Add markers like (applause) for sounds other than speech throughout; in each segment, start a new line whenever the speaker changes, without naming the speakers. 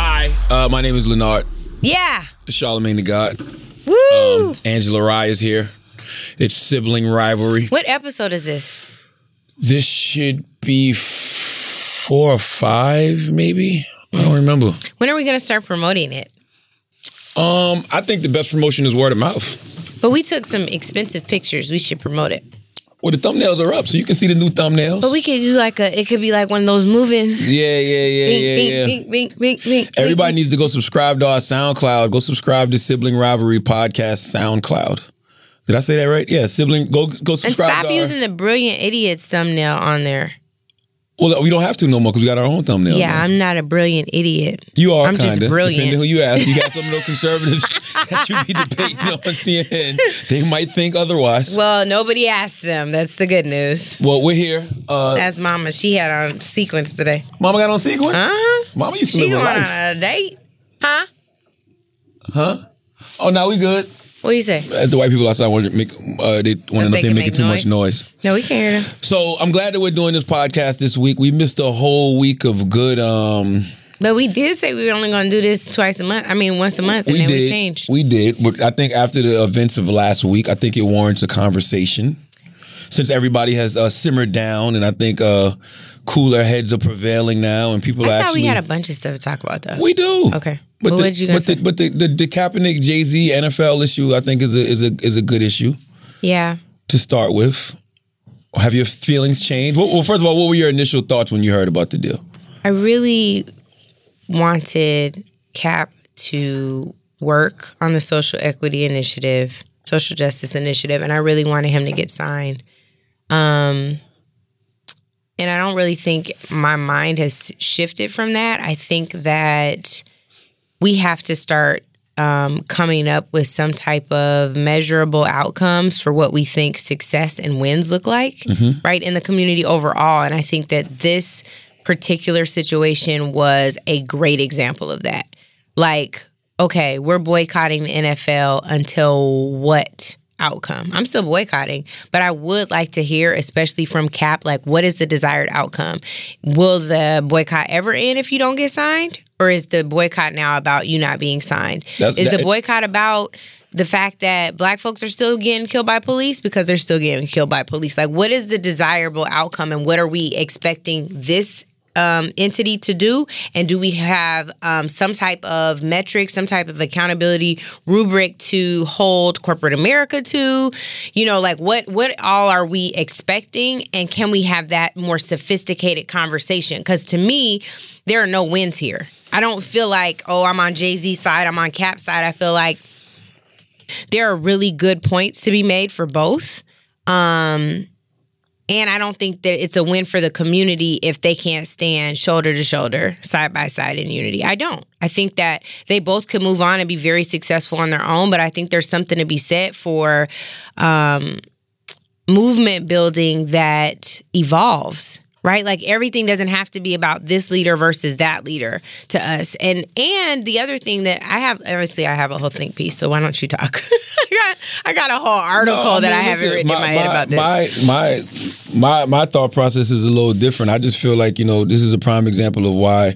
Uh, my name is Leonard.
Yeah.
Charlemagne the God.
Um, Woo.
Angela Rye is here. It's sibling rivalry.
what episode is this?
This should be f- four or five, maybe. I don't remember.
When are we going to start promoting it?
Um, I think the best promotion is word of mouth.
But we took some expensive pictures. We should promote it.
Well, the thumbnails are up, so you can see the new thumbnails.
But we could do like a. It could be like one of those moving.
yeah, yeah, yeah,
Bink,
yeah,
bink,
yeah.
bink, bink, bink, bink,
Everybody
bink.
needs to go subscribe to our SoundCloud. Go subscribe to Sibling Rivalry Podcast SoundCloud. Did I say that right? Yeah, sibling. Go go
And
subscribe.
stop
to our-
using the brilliant idiots thumbnail on there.
Well, we don't have to no more because we got our own thumbnail.
Yeah,
now.
I'm not a brilliant idiot.
you are.
I'm just
kinda,
brilliant.
Depending who you ask, you got some of
(laughs)
those conservatives that you be debating on CNN. They might think otherwise. Well,
Well, nobody asked them. That's the good news.
we're here. Uh,
That's Mama. She had on sequins today.
Mama got on sequence.
Uh huh.
Mama used to
She
live
going
a
on
life.
a date, huh?
Oh, now we good.
What do you say?
As the white people outside want to make, uh, they want to know if they're
they
making
can make
too much
noise.
noise.
No, we can't hear them.
So I'm glad that we're doing this podcast this week. We missed a whole week of good. Um,
But we did say we were only going to do this twice a month. I mean, once a month, and
we
then
did,
we changed.
we did, but I think after the events of last week, I think it warrants a conversation. Since everybody has uh, simmered down, and I think uh, cooler heads are prevailing now, and people are
I thought
actually
we had a bunch of stuff to talk about, though.
We do.
Okay.
But
Well,
the,
what'd you
but
guys
the,
say?
but the the, the Kaepernick Jay Z NFL issue, I think is a is a is a good issue
yeah.
to start with. Have your feelings changed? Well, well, first of all, what were your initial thoughts when you heard about the deal?
I really wanted Cap to work on the social equity initiative, social justice initiative, and I really wanted him to get signed. Um, and I don't really think my mind has shifted from that. I think that we have to start um, coming up with some type of measurable outcomes for what we think success and wins look like, right, in the community overall. And I think that this particular situation was a great example of that. Like, okay, we're boycotting the NFL until what? outcome. I'm still boycotting, but I would like to hear, especially from Cap, like what is the desired outcome? Will the boycott ever end if you don't get signed? Or is the boycott now about you not being signed?
That's-
is
that-
the boycott about the fact that black folks are still getting killed by police because they're still getting killed by police? Like, what is the desirable outcome and what are we expecting this um, entity to do? And do we have um, some type of metric, some type of accountability rubric to hold corporate America to? You know, like what what all are we expecting? And can we have that more sophisticated conversation? Because to me, there are no wins here. I don't feel like oh, I'm on Jay Z's side, I'm on Cap's side. I feel like there are really good points to be made for both. Um, and I don't think that it's a win for the community if they can't stand shoulder to shoulder, side by side in unity. I don't. I think that they both can move on and be very successful on their own, but I think there's something to be said for um, movement building that evolves right like everything doesn't have to be about this leader versus that leader to us and and the other thing that i have obviously i have a whole think piece so why don't you talk (laughs) I, got, I got a whole article
No, I
that i
mean,
haven't
listen,
written in my head about this
my, My my my thought process is a little different. I just feel like you know this is a prime example of why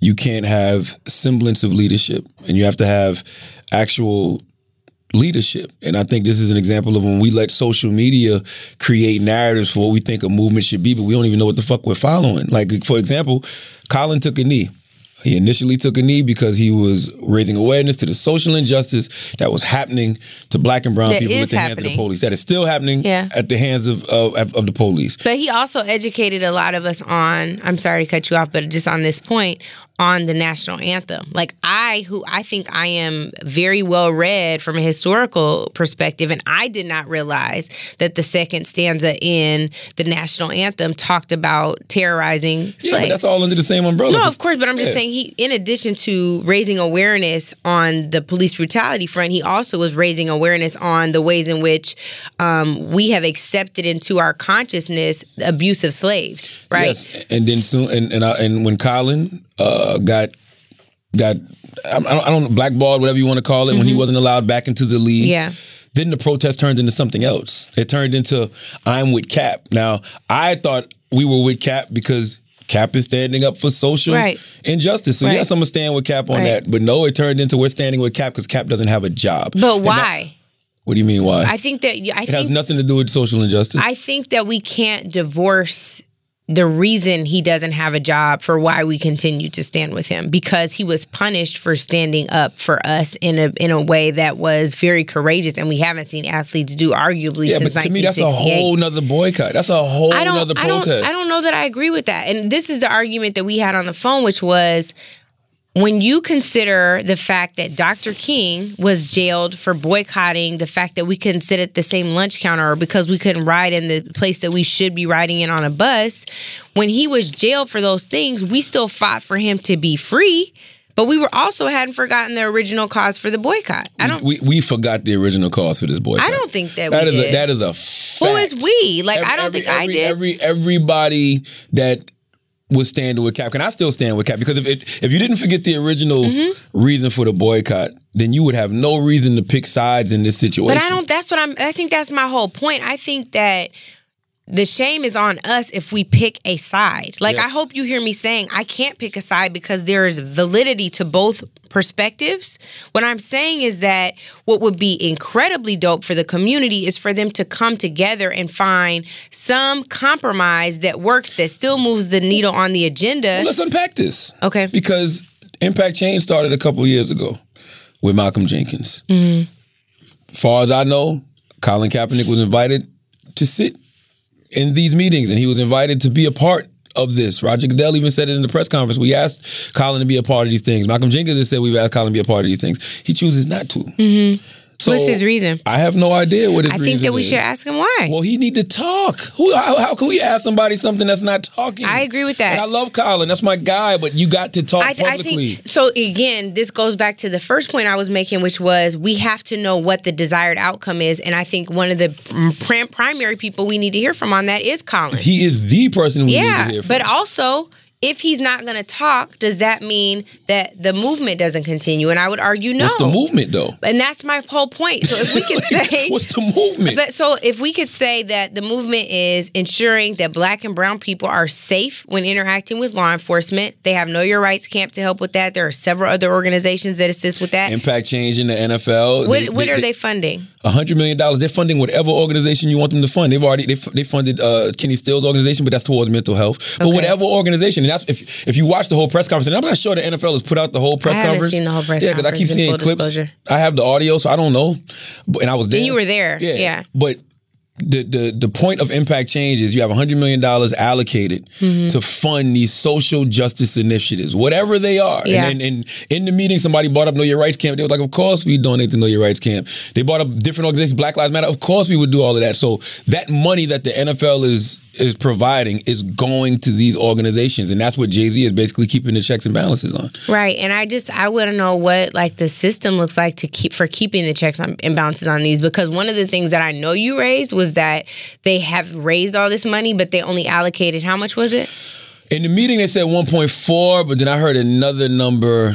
you can't have semblance of leadership, and you have to have actual leadership. And I think this is an example of when we let social media create narratives for what we think a movement should be, but we don't even know what the fuck we're following. Like for example, Colin took a knee. He initially took a knee because he was raising awareness to the social injustice that was happening to black and brown
That
people at
is
the hands of the
happening.
police police. That is still happening
Yeah.
at the hands of, of of the police.
But he also educated a lot of us on, I'm sorry to cut you off, but just on this point, on the national anthem. Like I who I think I am very well read from a historical perspective and I did not realize that the second stanza in the national anthem talked about terrorizing slaves.
Yeah, but that's all under the same umbrella.
No, of course, but I'm just
Yeah.
saying he in addition to raising awareness on the police brutality front, he also was raising awareness on the ways in which um, we have accepted into our consciousness the abuse of slaves, right?
Yes, and then soon, and and, I, and when Colin uh, got got, I, I don't- I don't know, blackballed, whatever you want to call it, when he wasn't allowed back into the league.
Mm-hmm. Yeah.
Then the protest turned into something else. It turned into I'm with Cap. Now I thought we were with Cap because Cap is standing up for social
Right.
injustice. So
Right.
yes, I'm gonna stand with Cap on
Right.
that. But no, it turned into we're standing with Cap because Cap doesn't have a job.
But
And that-
why?
what do you mean why?
I think that you- I
it has
think
nothing to do with social (laughs) injustice.
I think that we can't divorce the reason he doesn't have a job for why we continue to stand with him because he was punished for standing up for us in a in a way that was very courageous and we haven't seen athletes do arguably
yeah, but
since
to me that's a
1968.
whole nother boycott. That's a whole
I don't,
nother
I don't,
protest.
I don't know that I agree with that. And this is the argument that we had on the phone, which was when you consider the fact that Dr. King was jailed for boycotting, the fact that we couldn't sit at the same lunch counter or because we couldn't ride in the place that we should be riding in on a bus, when he was jailed for those things, we still fought for him to be free. But we were also hadn't forgotten the original cause for the boycott. I don't.
we, we forgot the original cause for this boycott.
I don't think that
That
we
is
did.
a that is a fact.
Who is we? Like I don't think I
every-
did.
Every everybody that was standing with Cap, and I still stand with Cap because if it, if you didn't forget the original
Mm-hmm.
reason for the boycott, then you would have no reason to pick sides in this situation.
But I don't. That's what I'm. I think that's my whole point. I think that the shame is on us if we pick a side. Like I
Yes.
hope you hear me saying I can't pick a side because there is validity to both perspectives. What I'm saying is that what would be incredibly dope for the community is for them to come together and find some compromise that works that still moves the needle on the agenda.
Let's unpack this.
Okay.
Because Impact Change started a couple years ago with Malcolm Jenkins.
Mm-hmm.
Far as I know, Colin Kaepernick was invited to sit in these meetings and he was invited to be a part of this. Roger Goodell even said it in the press conference. We asked Colin to be a part of these things. Malcolm Jenkins has said we've asked Colin to be a part of these things. He chooses not to. So
Mm-hmm. What's his reason?
I have no idea what his
I think
reason
that we
is.
should ask him why.
Well, he need to talk. Who? How, how can we ask somebody something that's not talking?
I agree with that.
And I love Colin. That's my guy. But you got to talk
I, th- I
publicly.
think so. Again, this goes back to the first point I was making, which was we have to know what the desired outcome is, and I think one of the prim- primary people we need to hear from on that
(laughs)
is Colin.
he is the person we need
yeah,
to hear from.
but also. If he's not going to talk, does that mean that the movement doesn't continue? And I would argue no.
what's the movement though?
And that's my whole point. So if we
(laughs)
could (laughs) say
what's the movement?
But so if we could say that the movement is ensuring that black and brown people are safe when interacting with law enforcement, they have Know Your Rights Camp to help with that. There are several other organizations that assist with that.
Impact change in the NFL.
what what are they funding?
A hundred million dollars. They're funding whatever organization you want them to fund. They've already they, f- they funded uh, Kenny Stills' organization, but that's towards mental health. But
Okay.
whatever organization, and that's if if you watch the whole press conference. And I'm not sure the NFL has put out the whole press
I haven't
conference.
seen the whole press
yeah, because I keep
conference, in
seeing
full
clips.
disclosure.
I have the audio, so I don't know. But, and I was there.
you were there, yeah.
But the the the point of impact change is you have hundred million dollars allocated
Mm-hmm.
to fund these social justice initiatives, whatever they are. And-
Yeah.
And, and in the meeting, somebody brought up Know Your Rights Camp. They was like, "Of course we donate to Know Your Rights Camp." They brought up different organizations, Black Lives Matter. Of course we would do all of that. So that money that the NFL is is providing is going to these organizations, and that's what Jay Z is basically keeping the checks and balances on.
Right. And I just I want to know what like the system looks like to keep for keeping the checks on, and balances on these because one of the things that I know you raised was that they have raised all this money but they only allocated how much was it?
In the meeting, they said 1.4, but then I heard another number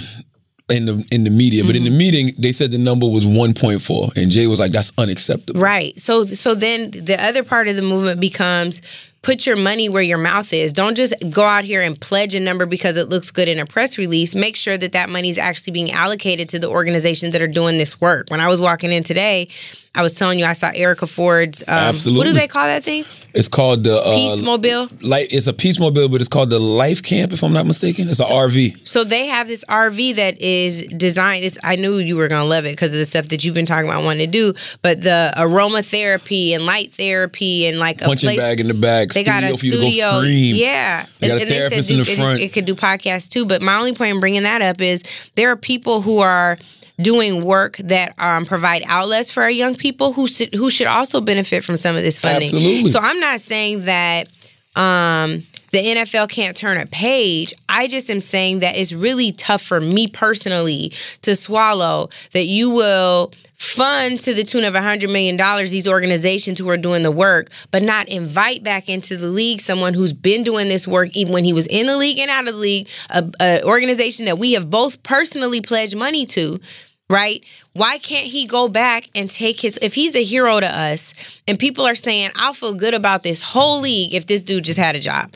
in the in the media. But in the
Mm-hmm.
meeting, they said the number was 1.4, and Jay was like, "That's unacceptable."
Right. So so then the other part of the movement becomes put your money where your mouth is. Don't just go out here and pledge a number because it looks good in a press release. Make sure that that money is actually being allocated to the organizations that are doing this work. When I was walking in today, I was telling you I saw Erica Ford's um, what
Absolutely.
do they call that thing?
It's called the uh,
Peace Mobile.
Like it's a peace mobile, but it's called the Life Camp, if I'm not mistaken. It's an RV.
So they have this RV that is designed. It's, I knew you were gonna love it because of the stuff that you've been talking about wanting to do. But the aromatherapy and light therapy and like
Punching
a place
bag in the back.
They got a
for you to
studio.
Go scream.
Yeah.
They got a therapist in
you-
the
it-
front.
It, could do podcasts too. But my only point in bringing that up is there are people who are doing work that um, provide outlets for our young people who should, who should also benefit from some of this funding.
Absolutely.
So I'm not saying that um, the NFL can't turn a page. I just am saying that it's really tough for me personally to swallow that you will fund to the tune of $100 million these organizations who are doing the work, but not invite back into the league someone who's been doing this work even when he was in the league and out of the league, an organization that we have both personally pledged money to right? Why can't he go back and take his if he's a hero to us and people are saying, I'll feel good about this whole league if this dude just had a job.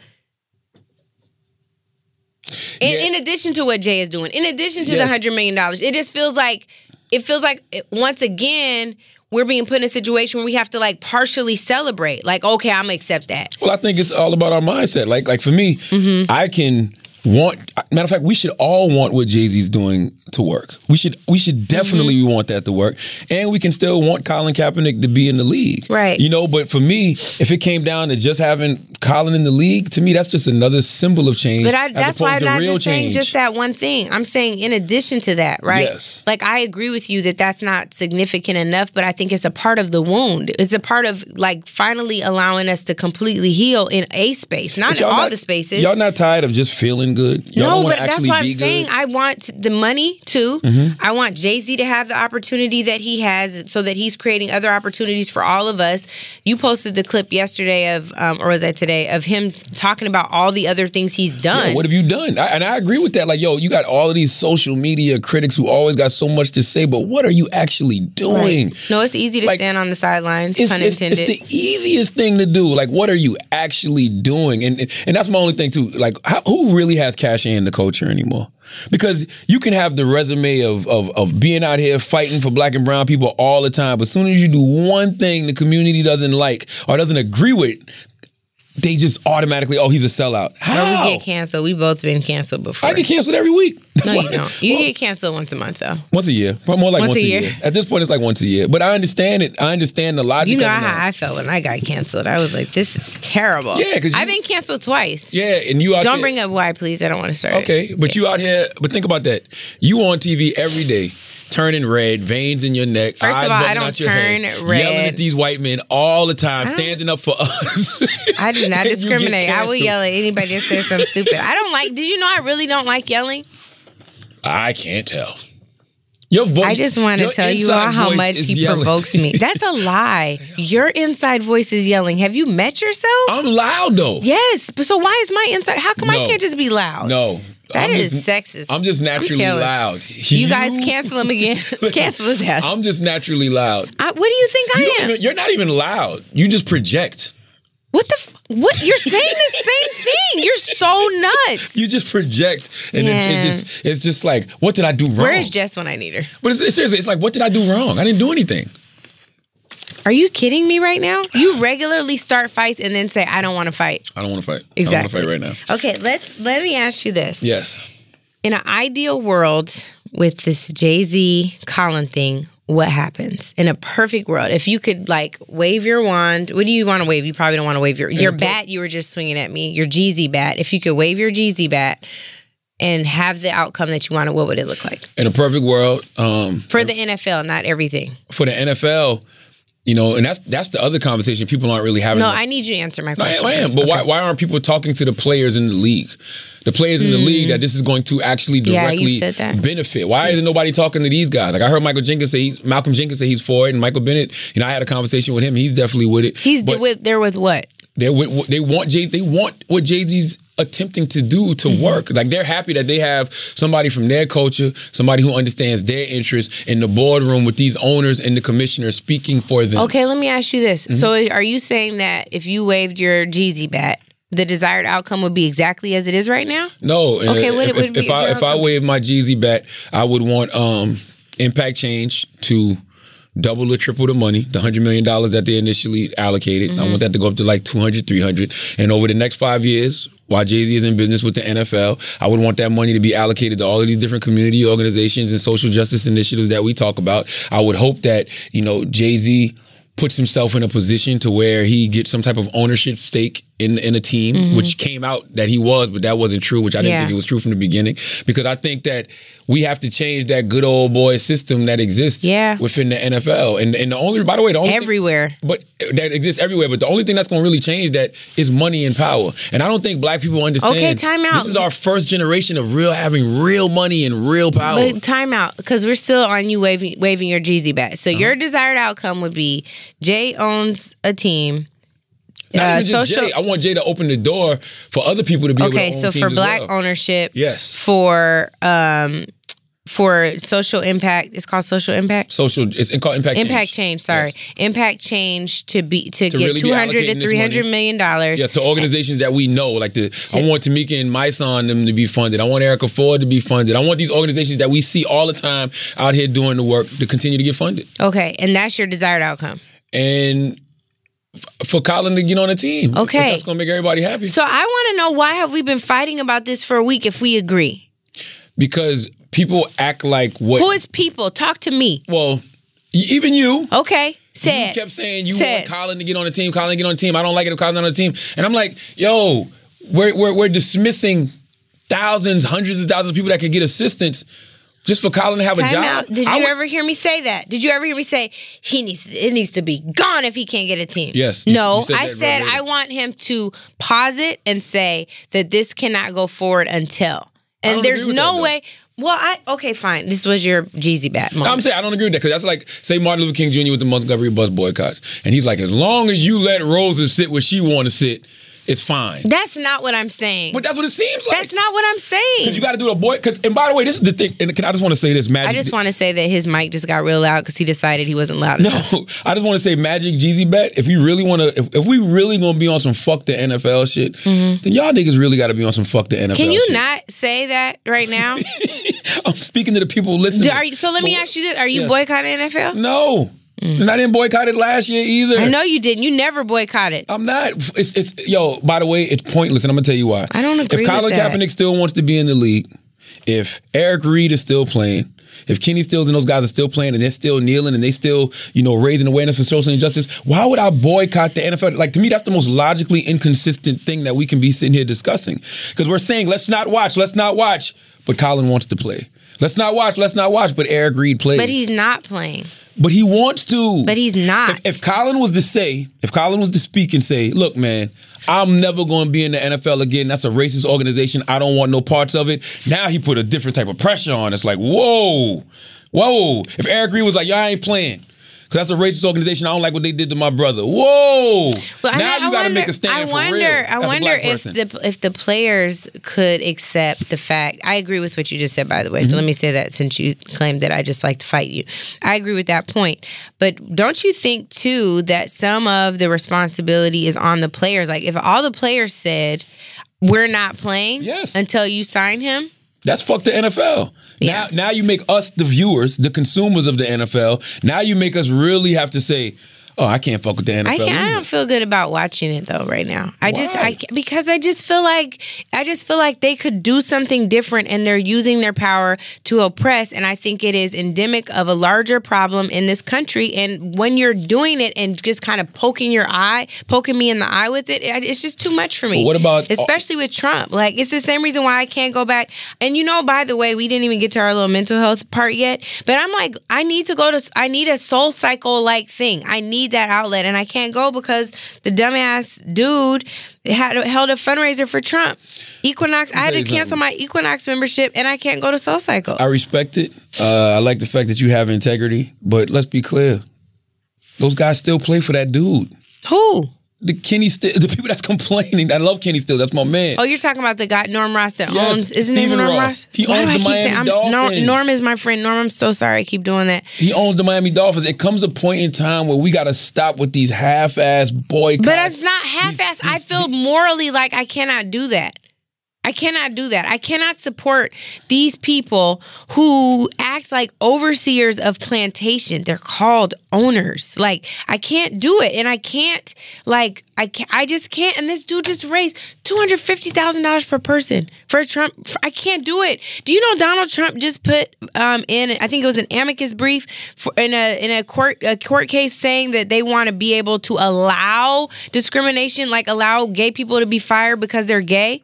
In,
Yeah.
in addition to what Jay is doing, in addition to the
Yes.
hundred million dollars, it just feels like it feels like it- once again we're being put in a situation where we have to like partially celebrate. Like, okay, I'm gonna accept that.
Well, I think it's all about our mindset. Like, like for me,
Mm-hmm.
I can want. Matter of fact, we should all want what Jay Z's doing to work. We should, we should
Mm-hmm.
definitely want that to work, and we can still want Colin Kaepernick to be in the league,
Right.
You know, but for me, if it came down to just having Colin in the league, to me, that's just another symbol of change.
But I,
as
that's why I'm
opposed to
not
real
just saying just that one thing. I'm saying in addition to that, right?
Yes.
Like I agree with you that that's not significant enough, but I think it's a part of the wound. It's a part of like finally allowing us to completely heal in a space, not
But
in all
not-
the spaces.
Y'all not tired of just feeling good? Y'all
no,
don't wanna
but that's
actually
why I'm
be good? Mm-hmm.
saying I want the money too. I want Jay Z to have the opportunity that he has, so that he's creating other opportunities for all of us. You posted the clip yesterday of, um, or was that today, of him s- talking about all the other things he's done.
Yeah, what have you done? I, and I agree with that. Like, yo, you got all of these social media critics who always got so much to say, but what are you actually doing?
No, it's easy to
Like,
stand on the sidelines,
It's,
pun
it's,
intended.
it's the easiest thing to do. Like, what are you actually doing? And and, and that's my only thing too. Like, how, who really has cash in the culture anymore? Because you can have the resume of, of of being out here fighting for black and brown people all the time, but as soon as you do one thing the community doesn't like or doesn't agree with, they just automatically, oh, he's a sellout.
Or
How?
we get canceled. We've both been canceled before.
I get canceled every week.
no,
That's
you
why-
don't. You
Well,
get canceled once a month, though.
Once a year, probably more like once, a, year. At this point, it's like once a year. But I understand it. I understand the logic.
You know
of it now.
how I felt when I got canceled. I was like, this is terrible.
Yeah, 'cause you-
I've been canceled twice.
Yeah, and you out
Don't
there-
bring up why, please. I don't want to start. it.
Okay, but you out here. But think about that. You on TV every day, turning red, veins in your neck.
First of
eyes
all, I
bugging
don't
out your
turn
head,
red.
Yelling at these white men all the time,
don't-
standing up for us.
(laughs) I do
(laughs)
not
You get
discriminate. I will
canceled.
yell at anybody that says something stupid. I don't like. Did you know I really don't like yelling?
I can't tell. Your voice.
I just want to
your
tell you
inside
all how
voice
much
is
he
yelling.
provokes me. That's a lie. Your inside voice is yelling. Have you met yourself?
(laughs) I'm loud though.
yes. But so why is my inside? How come I
No.
can't just be loud?
No,
That
I'm
is
just,
sexist.
I'm just naturally
telling you.
loud.
You
(laughs)
guys cancel him again. cancel his ass.
I'm just naturally loud.
I, what do you think
You
I
don't
am?
even, you're not even loud. You just project.
what the? F- what you're saying the same thing? You're so
(laughs)
nuts.
You just project, and
Yeah.
it, it just it's just like, what did I do wrong?
Where is Jess when I need her?
but it's, it's seriously, it's like, what did I do wrong? I didn't do anything.
Are you kidding me right now? You regularly start fights and then say I don't want to fight.
I don't want to fight.
Exactly.
I don't want to fight right now.
Okay, let's let me ask you this.
Yes.
In an ideal world with this Jay Z Colin thing, what happens in a perfect world? If you could like wave your wand, what do you want to wave? You probably don't want to wave your your
the po-
bat. You were just swinging at me, your Jeezy bat. If you could wave your Jeezy bat and have the outcome that you wanted, what would it look like
In a perfect world, um,
for the NFL? Not everything.
for the NFL, you know, and that's that's the other conversation people aren't really having.
No, I need you to answer my
I am,
question.
I am.
first.
But
Okay.
why, why aren't people talking to the players in the league? The players in the league that this is going to actually
Hmm. Yeah, you
directly
said that.
benefit. Why isn't nobody talking to these guys? Like I heard Michael Jenkins say he's Malcolm Jenkins say he's for it, and Michael Bennett. You know, I had a conversation with him. He's definitely with it.
He's
But Mm-hmm.
with they're with what?
They with- they want Jay. They want what Jay Z's attempting to do to
Mm-hmm.
work. Like they're happy that they have somebody from their culture, somebody who understands their interests in the boardroom with these owners and the commissioners speaking for them.
Okay, let me ask you
Mm-hmm.
this. So, are you saying that if you waved your Jeezy bat, the desired outcome would be exactly as it is right now?
No. and
Okay,
if,
what it
if,
would be,
if I if I
Jonathan?
wave my Jeezy bat, I would want um, Impact Change to double or triple the money, the $100 million that they initially allocated. I
Mm-hmm.
want that to go up to like 200, 300. And over the next five years, while Jay-Z is in business with the NFL, I would want that money to be allocated to all of these different community organizations and social justice initiatives that we talk about. I would hope that, you know, Jay-Z puts himself in a position to where he gets some type of ownership stake in in a team, which came out that he was, but that wasn't true, which I didn't
Mm-hmm. Yeah.
think it was true from the beginning. Because I think that we have to change that good old boy system that exists
Yeah.
within the NFL. And and the only by the way, the only thing-
Everywhere.
but that exists everywhere. But the only thing that's going to really change that is money and power. And I don't think black people understand.
Okay, time out.
This is our first generation of real having real money and real power.
But time out, because we're still on you waving waving your Jeezy bat.
Uh-huh.
So your desired outcome would be Jay owns a team.
Not
uh,
even just
social-
Jay. I want Jay to open the door for other people to be able to
Okay,
Oh, own
so
teams
for
as
black
well.
ownership,
Yes.
for um, for social impact. It's called social impact.
Social, it's called impact.
Impact change, sorry, impact change to be to, get
really be
two hundred
allocating
to
this
three hundred million dollars.
Yes, to organizations that we know, like the I want Tamika and my son them to be funded. I want Erica Ford to be funded. I want these organizations that we see all the time out here doing the work to continue to get funded.
Okay, and that's your desired outcome.
And f- for Colin to get on the team, because
Okay.
that's gonna make everybody happy.
So I want to know why have we been fighting about this for a week if we agree?
because people act like what?
Who is people? Talk to me.
well, y- even you.
Okay,
You
said.
kept saying you
Sad.
want Colin to get on the team, Colin to get on the team. I don't like it if Colin's not on the team. And I'm like, yo, we're, we're, we're dismissing thousands, hundreds of thousands of people that could get assistance just for Colin to have a
Time
job.
out. Did you
I would-
ever hear me say that? Did you ever hear me say he needs it needs to be gone if he can't get a team?
Yes, you-
No,
you said
I
that
said
verbatim.
I want him to pause it and say that this cannot go forward until. And
don't
there's
agree with that,
no
though.
way. Well, I okay, fine. This was your Jeezy bat moment.
I'm saying I don't agree with that because that's like say Martin Luther King Jr. with the Montgomery bus boycotts, and he's like, as long as you let Rosa sit where she want to sit, it's fine.
that's not what I'm saying.
But that's what it seems like.
that's not what I'm
you
saying.
got to do the boy. Because and by the way, this is the thing. And can I just want to say this, Magic?
I just want to say that his mic just got real loud because he decided he wasn't loud
(laughs)
enough.
No, I just want to say Magic Jeezy bet. If you really want to, if, if we really gonna be on some fuck the NFL shit, then y'all niggas really got to be on some fuck the NFL.
Mm-hmm. Can you
shit.
not say that right now?
(laughs) I'm speaking to the people listening.
Do- are you, so let me
But-
ask you this: Are you
Yes.
boycotting NFL?
No, and I didn't boycott it last year either.
I know you didn't. You never boycotted.
I'm not. It's it's yo. By the way, it's pointless, and I'm gonna tell you why.
I don't agree
If
with
Colin
that.
Kaepernick still wants to be in the league, if Eric Reed is still playing, if Kenny Stills and those guys are still playing, and they're still kneeling, and they still you know raising awareness for social injustice, why would I boycott the NFL? Like to me, that's the most logically inconsistent thing that we can be sitting here discussing because we're saying let's not watch, let's not watch, but Colin wants to play. Let's not watch, let's not watch, but Eric Reed plays.
But he's not playing.
But he wants to.
But he's not.
If, if Colin was to say, if Colin was to speak and say, look, man, I'm never going to be in the NFL again. That's a racist organization. I don't want no parts of it. Now he put a different type of pressure on. It's like, whoa, whoa. If Eric Reed was like, y'all ain't playing. Cause that's a racist organization. I don't like what they did to my brother. Whoa!
Well, I-
now
I
you got to
wonder-
make a stand
I
for
wonder.
real.
I
as a
wonder
black
if
person.
the if the players could accept the fact. I agree with what you just said, by the way.
Mm-hmm.
So let me say that since you claimed that I just like to fight you, I agree with that point. But don't you think too that some of the responsibility is on the players? Like if all the players said. We're not playing
Yes.
until you sign him.
That's fuck the NFL.
Yeah.
Now, now you make us the viewers, the consumers of the NFL. Now you make us really have to say, "Oh, I can't fuck with the NFL."
I can't. I
either.
don't feel good about watching it though right now. I just
Why?
I ca- because I just feel like I just feel like they could do something different and they're using their power to oppress and I think it is endemic of a larger problem in this country and when you're doing it and just kind of poking your eye, poking me in the eye with it, it- it's just too much for me.
Well, what about- uh,
especially with Trump? Like it's the same reason why I can't go back. And you know by the way, we didn't even get to our little mental health part yet, but I'm like I need to go to I need a soul cycle like thing. I need that outlet and I can't go because the dumbass dude had held a fundraiser for Trump. Equinox, I
tell
had to
you
cancel
something.
my Equinox membership and I can't go to soul cycle.
I respect it. Uh, I like the fact that you have integrity, but let's be clear: those guys still play for that dude.
Who?
The Kenny, St- the people that's (laughs) complaining. I love Kenny still. That's my man.
Oh, you're talking about the guy Norm Ross that
Yes,
owns. Isn't
Stephen
it Norm
Ross.
Ross?
He
Why
owns
do I
the
keep saying-
Miami
I'm- Norm-
Dolphins.
Norm is my friend. Norm, I'm so sorry. I keep doing that.
He owns the Miami Dolphins. It comes a point in time where we got to stop with these half-ass boycotts.
But it's not
These-
half-assed. I
these-
feel morally like I cannot do that. I cannot do that. I cannot support these people who act like overseers of plantation. They're called owners. Like I can't do it, and I can't. Like I can't. I just can't. And this dude just raised two hundred fifty thousand dollars per person for Trump. I can't do it. Do you know Donald Trump just put um, in? I think it was an amicus brief for, in a in a court a court case saying that they want to be able to allow discrimination, like allow gay people to be fired because they're gay.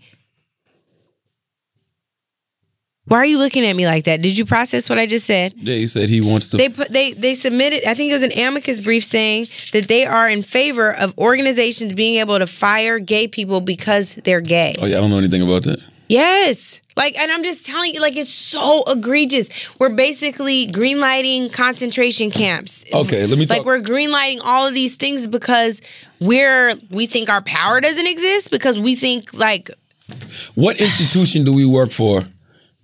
Why are you looking at me like that? Did you process what I just said?
Yeah, he said he wants to.
They put they they submitted. I think it was an amicus brief saying that they are in favor of organizations being able to fire gay people because they're gay.
oh yeah, I don't know anything about that.
Yes. Like, and I'm just telling you, like, it's so egregious. We're basically greenlighting concentration camps.
Okay, let me
Like,
talk-
we're greenlighting all of these things because we're, we think our power doesn't exist because we think, like,
What institution do we work for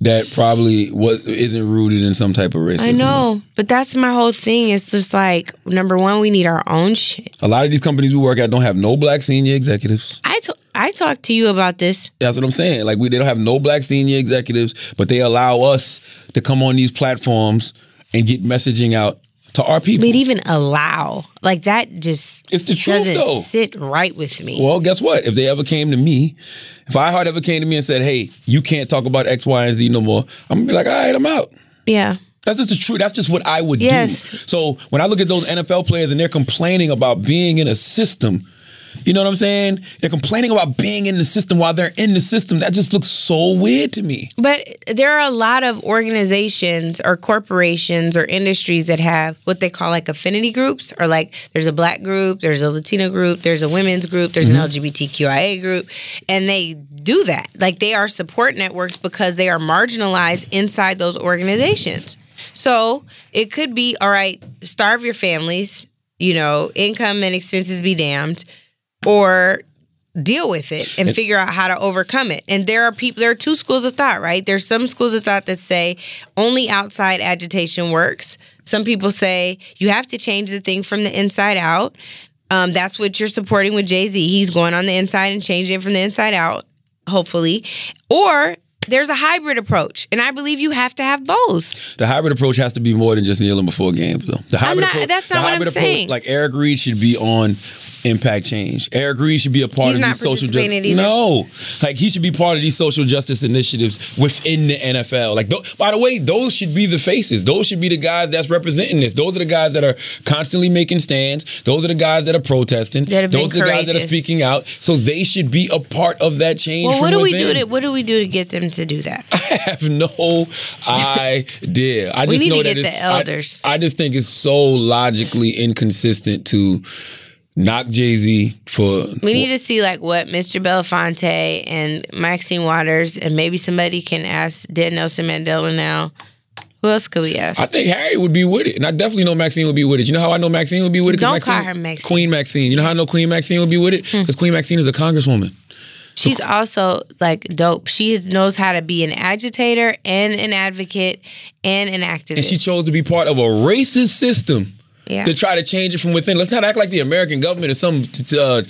that probably was isn't rooted in some type of racism.
I know, but that's my whole thing. It's just like number one, we need our own shit.
A lot of these companies we work at don't have no black senior executives.
I to- I talked to you about this.
That's what I'm saying. Like we they don't have no black senior executives, but they allow us to come on these platforms and get messaging out to our people.
But even allow like that just
It's the truth,
doesn't
though.
sit right with me.
Well, guess what? If they ever came to me, if iHeart ever came to me and said, "Hey, you can't talk about X, Y, and Z no more," I'm gonna be like, "All right, I'm out."
yeah,
That's just the truth. That's just what I would
Yes.
do. So when I look at those NFL players and they're complaining about being in a system, you know what I'm saying? They're complaining about being in the system while they're in the system. That just looks so weird to me.
but there are a lot of organizations or corporations or industries that have what they call like affinity groups, or like there's a black group, there's a Latina group, there's a women's group, there's an LGBTQIA group, and they do that. Like they are support networks because they are marginalized inside those organizations. So it could be all right, starve your families, you know, income and expenses be damned, or deal with it and figure out how to overcome it. And there are people, there are two schools of thought, right? There's some schools of thought that say only outside agitation works. Some people say you have to change the thing from the inside out. Um, that's what you're supporting with Jay Z. He's going on the inside and changing it from the inside out, hopefully. Or there's a hybrid approach, and I believe you have to have both.
The hybrid approach has to be more than just kneeling before games, though. The hybrid
not- that's not
the
what I'm
hybrid
saying.
Like Eric Reed should be on Impact Change. Eric Reed should be a part
He's
of
not
these social
participating
justice.
either.
No, like he should be part of these social justice initiatives within the NFL. Like, tho- by the way, those should be the faces. Those should be the guys that's representing this. Those are the guys that are constantly making stands. Those are the guys that are protesting.
That have been
those are the guys that are
courageous.
speaking out. So they should be a part of that change.
Well, what
from
do we do
within.
to what do we do to get them to do that?
I have no idea. I
We
just
need
know
to
that
get
it's
the elders.
I, I just think it's so logically inconsistent to knock Jay Z for.
We need to see like what Mr. Belafonte and Maxine Waters and maybe somebody can ask did Nelson Mandela now. Who else could we ask?
I think Harry would be with it, and I definitely know Maxine would be with it. You know how I know Maxine would be with it? 'Cause
Don't call her Maxine. Hmm.
Queen Maxine. You know how I know Queen Maxine would be with it? Because Queen Maxine is a congresswoman.
She's also like dope. She is, knows how to be an agitator and an advocate and an activist.
And she chose to be part of a racist system
Yeah.
to try to change it from within. Let's not act like the American government is some t- t- uh,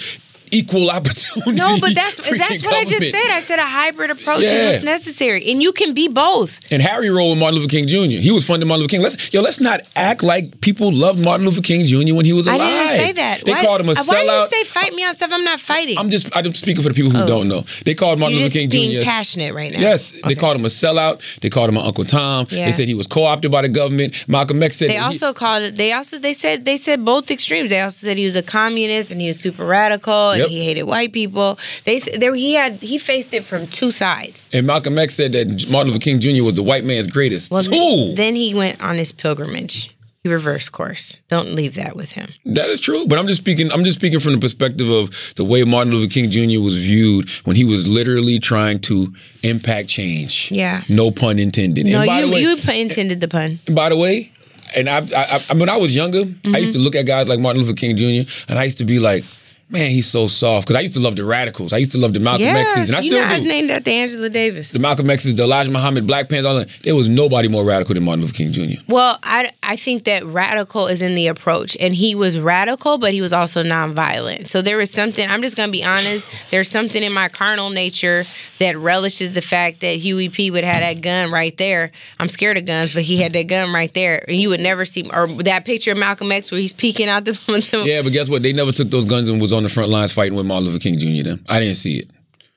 equal opportunity. (laughs)
no, but that's
freaking
that's what I just
government.
said. I said a hybrid approach is
Yeah.
what's necessary, and you can be both.
And Harry rolled with Martin Luther King Jr. He was funding Martin Luther King. Let's yo, let's not act like people loved Martin Luther King Jr. when he was alive.
I didn't say that.
They
why,
called him a
why
sellout.
do you say fight me on stuff I'm not fighting?
I'm just I'm speaking for the people who don't know. They called Martin
You're just
Luther King
being
Jr. 's-
passionate right now.
Yes, they
Okay.
called him a sellout. They called him an Uncle Tom.
Yeah.
They said he was co-opted by the government. Malcolm X said
They
that he-
also called it. They also they said they said both extremes. They also said he was a communist and he was super radical and
Yep.
he hated white people. They said there he had he faced it from two sides.
and Malcolm X said that Martin Luther King Jr. was the white man's greatest.
Well,
Two.
then he went on his pilgrimage. He reversed course. Don't leave that with him.
That is true, but I'm just speaking. I'm just speaking from the perspective of the way Martin Luther King Jr. was viewed when he was literally trying to impact change.
Yeah.
No pun intended.
No,
and by
you
the way,
you pu- intended the pun.
by the way, and I, I, I, I- when I was younger, I
Mm-hmm.
used to look at guys like Martin Luther King Jr. and I used to be like, man, he's so soft. Because I used to love the radicals. I used to love the Malcolm
Yeah,
X's, and I
you
still
know, I was
do.
named after Angela Davis.
the Malcolm X's, the Elijah Muhammad, Black Panthers. All that. There was nobody more radical than Martin Luther King Jr.
Well, I, I think that radical is in the approach, and he was radical, but he was also nonviolent. So there was something. I'm just gonna be honest. There's something in my carnal nature that relishes the fact that Huey P would have that gun right there. I'm scared of guns, but he had that gun right there, and you would never see or that picture of Malcolm X where he's peeking out the. (laughs) the
Yeah, but guess what? They never took those guns and was on the front lines fighting with Martin Luther King Jr. Then I didn't see it,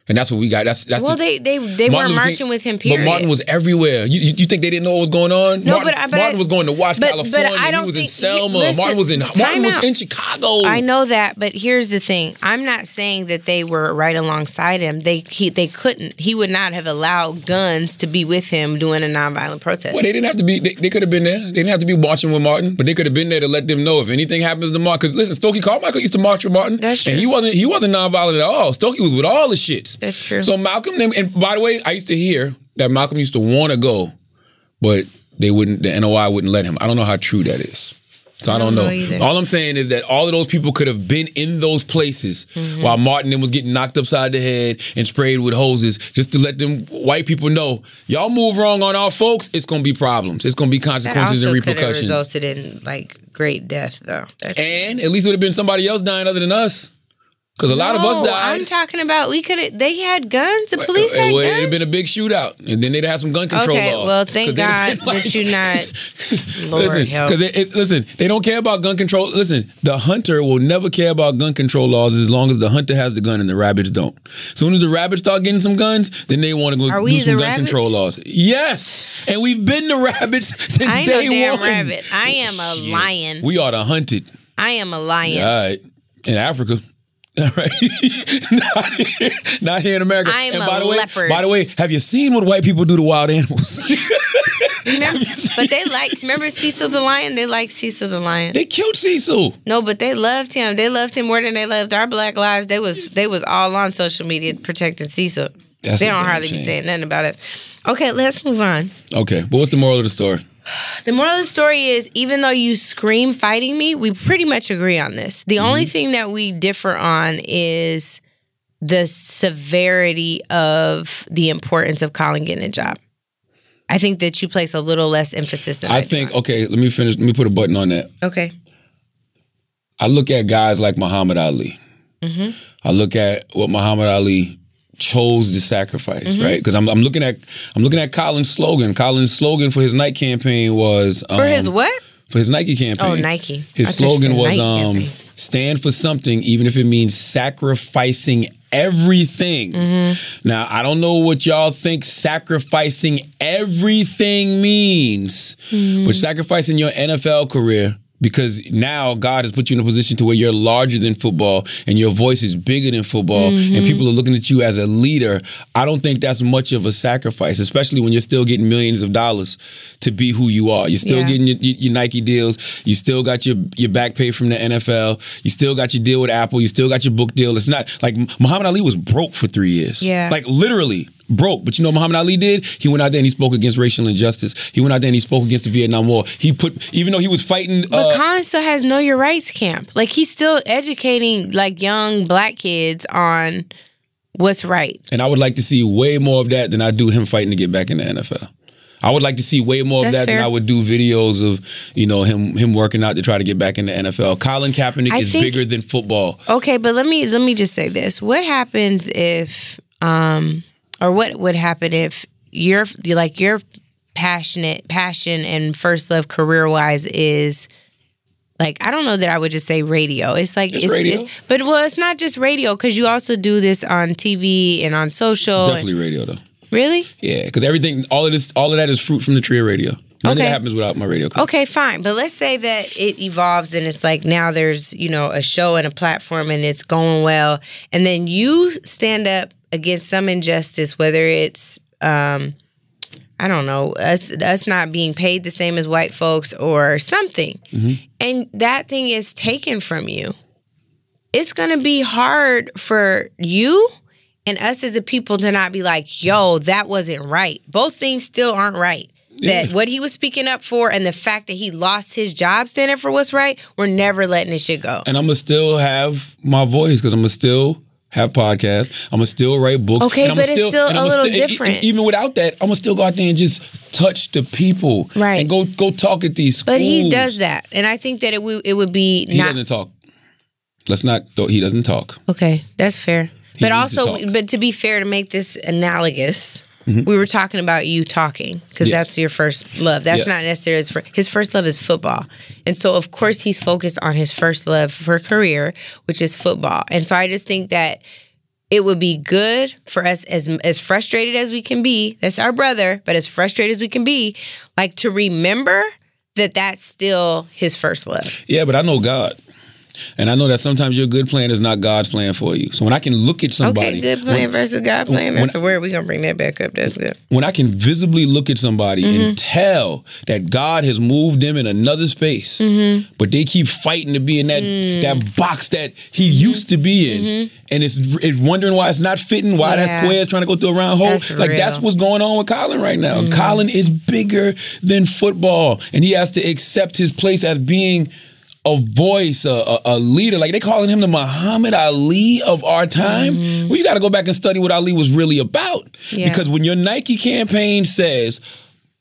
and that's what we got. That's that's
Well,
the-
they they they
Martin
weren't
Luther
marching
King-
with him. Period.
But Martin was everywhere. You, you, you think they didn't know what was going on?
No,
Martin,
but I- but
Martin
I-
was going to watch
but- but
California.
I don't
he was in
think-
Selma.
listen,
Martin was in Martin
time
was
out.
in Chicago.
I know that, but here's the thing: I'm not saying that they were right alongside him. They he, they couldn't. He would not have allowed guns to be with him doing a nonviolent protest.
Well, they didn't have to be. They, they could have been there. They didn't have to be marching with Martin, but they could have been there to let them know if anything happens to Martin. Because listen, Stokey Carmichael used to march with Martin,
That's
and
true.
he wasn't he wasn't nonviolent at all. Stokey was with all the shits.
That's true.
So Malcolm, and- and by the way, I used to hear that Malcolm used to want to go, but they wouldn't. The NOI wouldn't let him. I don't know how true that is. So I don't, know.
either.
All I'm saying is that all of those people could have been in those places
Mm-hmm.
while Martin and was getting knocked upside the head and sprayed with hoses just to let them white people know y'all move wrong on our folks, it's going to be problems. It's going to be
That
consequences and
also could have
repercussions.
resulted in like great death, though. That's-
And at least it would have been somebody else dying other than us. Because a lot of us
No,
died.
I'm talking about we could. They had guns. The police
it
had
would
guns.
have been a big shootout, and then they'd have some gun control
Okay,
laws.
well, thank
'Cause they'd have
God that you not- Lord
listen, (laughs)
help.
'cause it- it- listen, they don't care about gun control. Listen, the hunter will never care about gun control laws as long as the hunter has the gun and the rabbits don't. soon as the rabbits start getting some guns, then they want to go
Are
do
we
some
the
gun
rabbits?
control laws. Yes, and we've been the rabbits (laughs) since
I ain't
day
no damn
one.
rabbit. I am a
Shit.
lion.
We are the hunted.
I am a lion.
All right. In Africa. (laughs) All right. not, here, not here in America.
I am
and
a
by the way,
leopard.
by the way, have you seen what white people do to wild animals? (laughs)
Remember, but they liked. Remember Cecil the lion. They liked Cecil the lion.
they killed Cecil.
No, but they loved him. They loved him more than they loved our black lives. They was they was all on social media protecting Cecil.
That's
they
a
don't
damn
hardly be
shame.
saying nothing about us. Okay, let's move on.
Okay. But what's the moral of the story?
The moral of the story is even though you scream fighting me, we pretty much agree on this. The only
Mm-hmm.
thing that we differ on is the severity of the importance of calling getting a job. I think that you place a little less emphasis than I,
I think, okay, let me finish. Let me put a button on that.
do. Okay.
I look at guys like Muhammad Ali.
Mm-hmm.
I look at what Muhammad Ali chose to sacrifice,
Mm-hmm.
right? Because I'm, I'm looking at I'm looking at Colin's slogan. Colin's slogan for his night campaign was
For his
um,
what?
for his Nike campaign.
Oh, Nike.
His
I thought you
slogan
said
was
Nike
um,
campaign.
"Stand for something, even if it means sacrificing everything."
Mm-hmm.
Now, I don't know what y'all think sacrificing everything means,
Mm-hmm.
but sacrificing your NFL career. Because now God has put you in a position to where you're larger than football and your voice is bigger than football
Mm-hmm.
and people are looking at you as a leader. I don't think that's much of a sacrifice, especially when you're still getting millions of dollars to be who you are. You're still
Yeah.
getting getting your, your, your Nike deals. You still got your your back pay from the NFL. You still got your deal with Apple. You still got your book deal. It's not like Muhammad Ali was broke for three years.
Yeah.
like literally broke. But you know what Muhammad Ali did? He went out there and he spoke against racial injustice. He went out there and he spoke against the Vietnam War. He put even though he was fighting.
But
uh,
Khan still has Know Your Rights camp. Like he's still educating like young black kids on what's right.
and I would like to see way more of that than I do him fighting to get back in the NFL. I would like to see way more of that
That's
than
fair.
I would do videos of, you know, him him working out to try to get back in the NFL. Colin Kaepernick
I
is
think-
bigger than football.
Okay, but let me let me just say this. What happens if um or what would happen if your like your passionate passion and first love career wise is like I don't know that I would just say radio. It's like
It's radio.
but well, it's not just radio because you also do this on TV and on social.
Definitely radio though.
Really?
Yeah, because everything, all of this, all of that is fruit from the tree of radio. Nothing
Okay.
that happens without my radio. company.
Okay, fine. But let's say that it evolves and it's like now there's, you know, a show and a platform and it's going well. And then you stand up against some injustice, whether it's, um, I don't know, us, us not being paid the same as white folks or something. And that thing is taken from you. It's going to be hard for you and us as a people to not be like, yo, that wasn't right. Both things still aren't right. That what he was speaking up for and the fact that he lost his job standing for what's right, we're never letting this shit go.
And I'm gonna still have my voice because I'm gonna still have podcasts. I'm gonna still write books.
Okay,
and I'ma
but it's still
and
a
I'ma
little
still- e- e-
different.
even without that, I'm gonna still go out there and just touch the people.
Right.
And go go talk at these schools.
But he does that. And I think that it, w- it would be
He
not.
doesn't talk. Let's not. though He doesn't talk.
Okay, that's fair. But
needs to
also,
talk. Mm-hmm.
but to be fair, to make this analogous, we were talking about you talking because
Yes.
that's your first love. That's
Yes.
not necessarily his first, his first love is football, and so of course he's focused on his first love for career, which is football. And so I just think that it would be good for us as as frustrated as we can be. That's our brother, but as frustrated as we can be, like to remember that that's still his first love.
Yeah, but I know God. And I know that sometimes your good plan is not God's plan for you. So when I can look at somebody,
Okay, good
when-
plan versus God plan.
when-
That's a word we gonna bring that back up. That's good.
when I can visibly look at somebody
Mm-hmm.
and tell that God has moved them in another space,
Mm-hmm.
but they keep fighting to be in that
Mm.
that box that he
Mm-hmm.
used to be in, and it's it's wondering why it's not fitting, why that
Yeah.
square is trying to go through a round hole.
That's
like that's
real.
what's going on with Colin right now. Colin is bigger than football, and he has to accept his place as being a voice, a, a, a leader. Like they calling him the Muhammad Ali of our time. Well, you got to go back and study what Ali was really about.
Yeah.
Because when your Nike campaign says,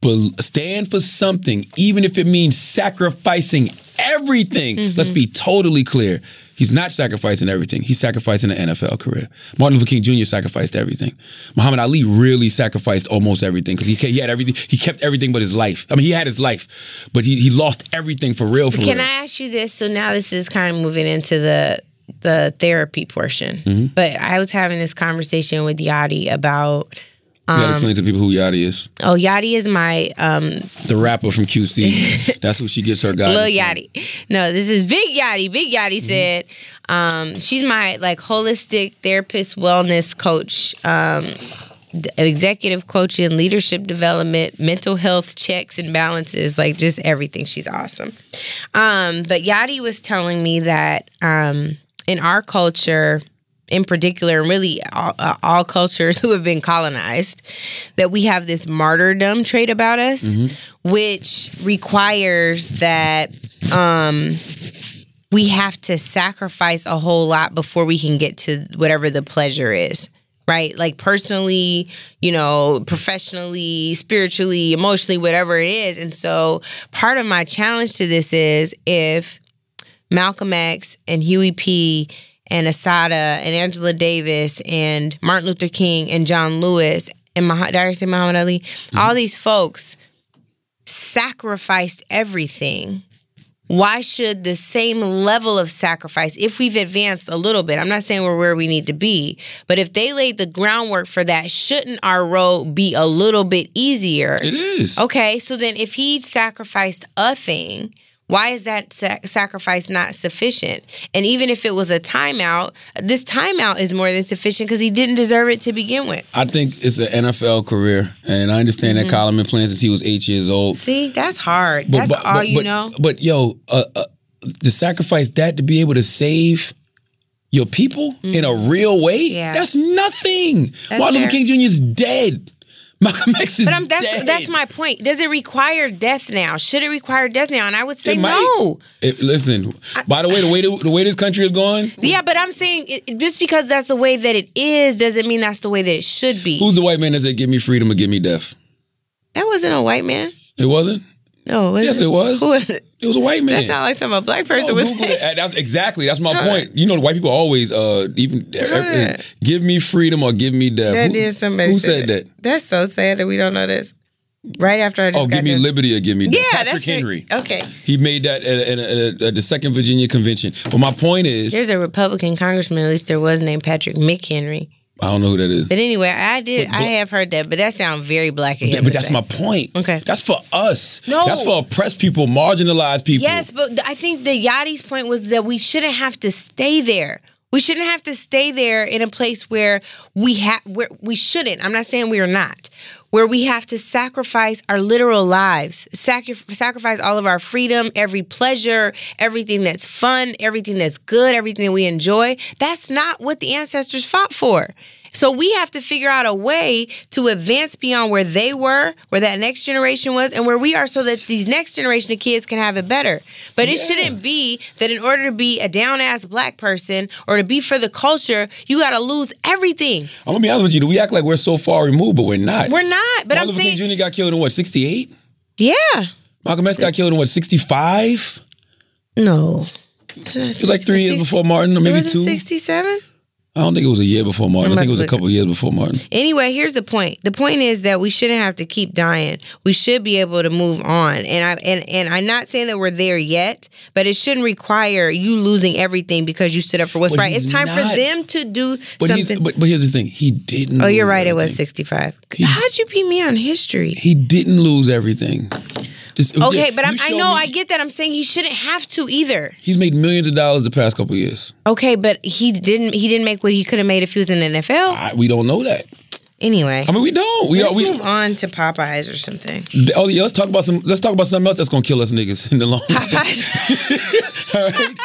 "Bel- stand for something, even if it means sacrificing everything,
Mm-hmm.
let's be totally clear. He's not sacrificing everything. He's sacrificing an NFL career. Martin Luther King Jr. sacrificed everything. Muhammad Ali really sacrificed almost everything because he, ke- he had everything. He kept everything but his life. I mean, he had his life, but he, he lost everything for real. For
Can
real.
I ask you this? So now this is kind of moving into the the therapy portion. But I was having this conversation with Yadi about
you
um,
gotta explain to people who Yachty is.
oh Yadi is my um
The rapper from
(laughs)
QC. That's who she gets her guys.
Lil Yachty. No, this is Big Yachty. Big Yachty said, um, she's my like holistic therapist, wellness coach, um, d- executive coaching, leadership development, mental health checks and balances, like just everything. She's awesome. Um, but Yachty was telling me that um, in our culture, in particular, and really all, uh, all cultures (laughs) who have been colonized, that we have this martyrdom trait about us, which requires that we have to sacrifice a whole lot before we can get to whatever the pleasure is right like personally you know professionally spiritually emotionally whatever it is and so part of my challenge to this is if malcolm x and huey p and asada and angela davis and martin luther king and john lewis and Muhammad, did I say muhammad ali all these folks sacrificed everything why should the same level of sacrifice, if we've advanced a little bit, I'm not saying we're where we need to be, but if they laid the groundwork for that, shouldn't our road be a little bit easier?
It is.
Okay, so then if he sacrificed a thing, why is that sac- sacrifice not sufficient? And even if it was a timeout, this timeout is more than sufficient because he didn't deserve it to begin with.
I think it's an NFL career, and I understand that
Mm-hmm.
Colin been playing since he was eight years old.
See, that's hard. that's all you
but,
know.
But yo, uh, uh, the sacrifice that to be able to save your people in a real way,
Mm-hmm. Yeah.
that's nothing. Martin
fair.
Luther King Jr. is dead. (laughs) Malcolm X is
But I'm, that's
dead.
that's my point. Does it require death now? Should it require death now? And I would say
It might.
no.
It- listen, by the way, the way the way this country is going,
Yeah, but I'm saying it, just because that's the way that it is doesn't mean that's the way that it should be.
who's the white man that said, "Give me freedom or give me death"?
That wasn't a white man.
It wasn't.
No, was
Yes, it was.
Who was it?
It was a white man.
That sounded like something a black person
Oh,
(laughs) was.
Google that. That's exactly that's my point. You know, the white people always uh even
that.
give me freedom or give me death.
That
Who-
is somebody
who said
said
that?
That's so sad that we don't know this. Right after I just
Oh,
got
give me
done-
liberty or give me death.
Yeah,
Patrick
that's
Henry.
Okay,
He made that at, at, at, at the Second Virginia Convention. But my point is,
there's a Republican congressman. At least there was named Patrick McHenry.
I don't know who that is.
But anyway, I did. I have heard that, but that sounds very black. of him
Yeah, but
to
that's
say.
my point.
Okay.
That's for us.
No.
That's for oppressed people, marginalized people.
Yes, but th- I think the Yachty's point was that we shouldn't have to stay there. We shouldn't have to stay there in a place where we have where we shouldn't. I'm not saying we are not. Where we have to sacrifice our literal lives, sacri- sacrifice all of our freedom, every pleasure, everything that's fun, everything that's good, everything that we enjoy. That's not what the ancestors fought for. So we have to figure out a way to advance beyond where they were, where that next generation was, and where we are so that these next generation of kids can have it better. But it shouldn't be that in order to be a down ass black person or to be for the culture, you gotta lose everything.
I'm gonna be honest with you. We act like we're so far removed, but we're not.
We're not. But
Martin
I'm
Luther
saying
King Jr. got killed in what, 68?
Yeah.
Malcolm X got killed in what, 65?
No.
It's like three years before Martin, or maybe two.
sixty seven?
I don't think it was a year before Martin. I
about
think it
to
was a
look
couple years before Martin.
Anyway, here's the point. The point is that we shouldn't have to keep dying. We should be able to move on. And I and and I'm not saying that we're there yet, but it shouldn't require you losing everything because you stood up for what's
But
right.
he's
It's time for
not-
them to do
But, he's,
something.
but but here's the thing. He didn't.
oh, you're
lose
right. It was
everything.
65. How'd you beat me on history?
He didn't lose everything. Just-
Okay,
yeah,
but
you
I'm, I
show
know
me-
I get that. I'm saying he shouldn't have to either.
He's made millions of dollars the past couple of years.
Okay, but he didn't. He didn't make what he could have made if he was in the NFL.
I, we don't know that.
Anyway,
I mean, we don't. We,
let's
are, we
move on to Popeyes
(laughs)
or something.
oh yeah.
(laughs)
Let's talk about some. Let's talk about something else that's gonna kill us niggas in the long. run. All right.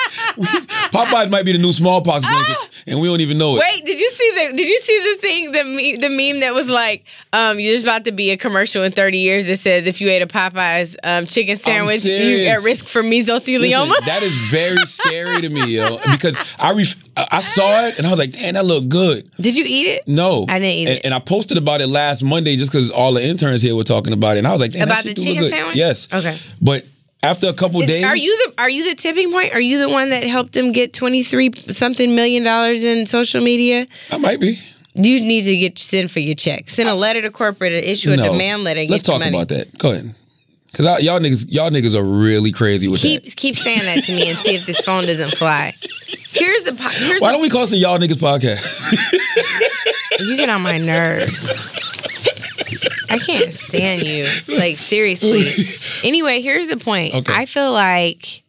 Popeyes might be the new smallpox blankets, and we don't even know it.
Ah! Wait, did you see the did you see the thing the me, the meme that was like, um, there's about to be a commercial in 30 years that says if you ate a Popeyes um, chicken sandwich, you
serious.
at risk for mesothelioma.
Listen, that is very scary to me, yo. Because I ref- I I saw it and I was like, damn, that look good.
did you eat it?
No,
I didn't eat
and,
it.
And I posted about it last Monday just because all the interns here were talking about it, and I was like, damn,
About
that shit
the
do look
chicken
good.
sandwich?
Yes.
Okay.
But after a couple days,
Are you the are you the tipping point? Are you the one that helped them get 23 something million dollars in social media?
I might be.
You need to get send for your check. Send a letter to corporate and issue a
no.
demand letter and
Let's
get your
talk
money.
about that. Go ahead. Cause I, y'all niggas, y'all niggas are really crazy with
keep
that.
keep saying that to me and see if this phone doesn't fly. Here's the po- here's
Why
the,
don't we call it the y'all niggas podcast?
you get on my nerves. I can't stand you. Like seriously. Anyway, here's the point.
Okay.
I feel like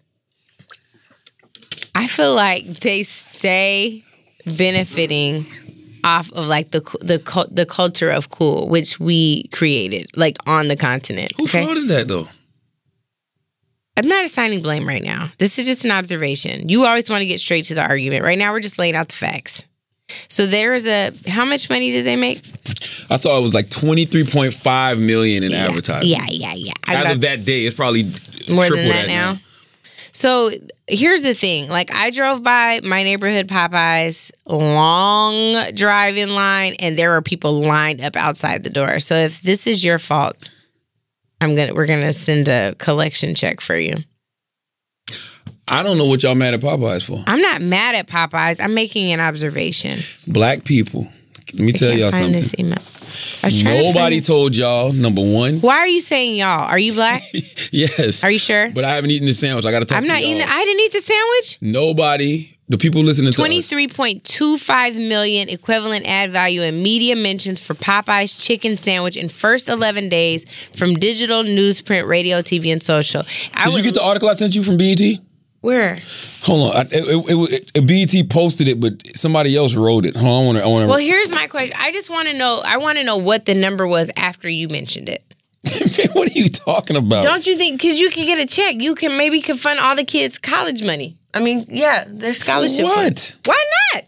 I feel like they stay benefiting off of like the cu- the cul- the culture of cool which we created like on the continent.
(laughs) Who
okay?
frauded that though?
I'm not assigning blame right now. This is just an observation. You always want to get straight to the argument. Right now, we're just laying out the facts. So there is a how much money did they make?
I saw it was like twenty three point five million in advertising.
Yeah, yeah, yeah. I
As
got
of that day, it's probably
more
triple
than that, now. So here's the thing. Like I drove by my neighborhood Popeyes long drive in line, and there were people lined up outside the door. So if this is your fault, I'm gonna we're gonna send a collection check for you.
I don't know what y'all mad at Popeyes for.
I'm not mad at Popeyes. I'm making an observation.
Black people. Let me tell
I can't
y'all
find
something.
This email. I was trying to find
Nobody
it.
told y'all number one. (laughs)
Why are you saying y'all? Are you black?
yes.
Are you sure?
But I haven't eaten the sandwich. I got to talk.
I'm not
to y'all.
eating. The, I didn't eat the sandwich.
Nobody. The people listening to us.
Twenty-three point two five million equivalent ad value in media mentions for Popeye's chicken sandwich in first eleven days from digital, newsprint, radio, TV, and social. I
Did you
would,
get the article I sent you from E BET?
where?
Hold on. I, it, it, it, it- BET posted it, but somebody else wrote it. Hold on. I want to. I want to.
Well, here's my question. I just want to know. I want to know what the number was after you mentioned it.
(laughs) what are you talking about?
Don't you think? Because you can get a check. You can maybe can fund all the kids' college money. I mean, yeah, their scholarships.
what?
Why not?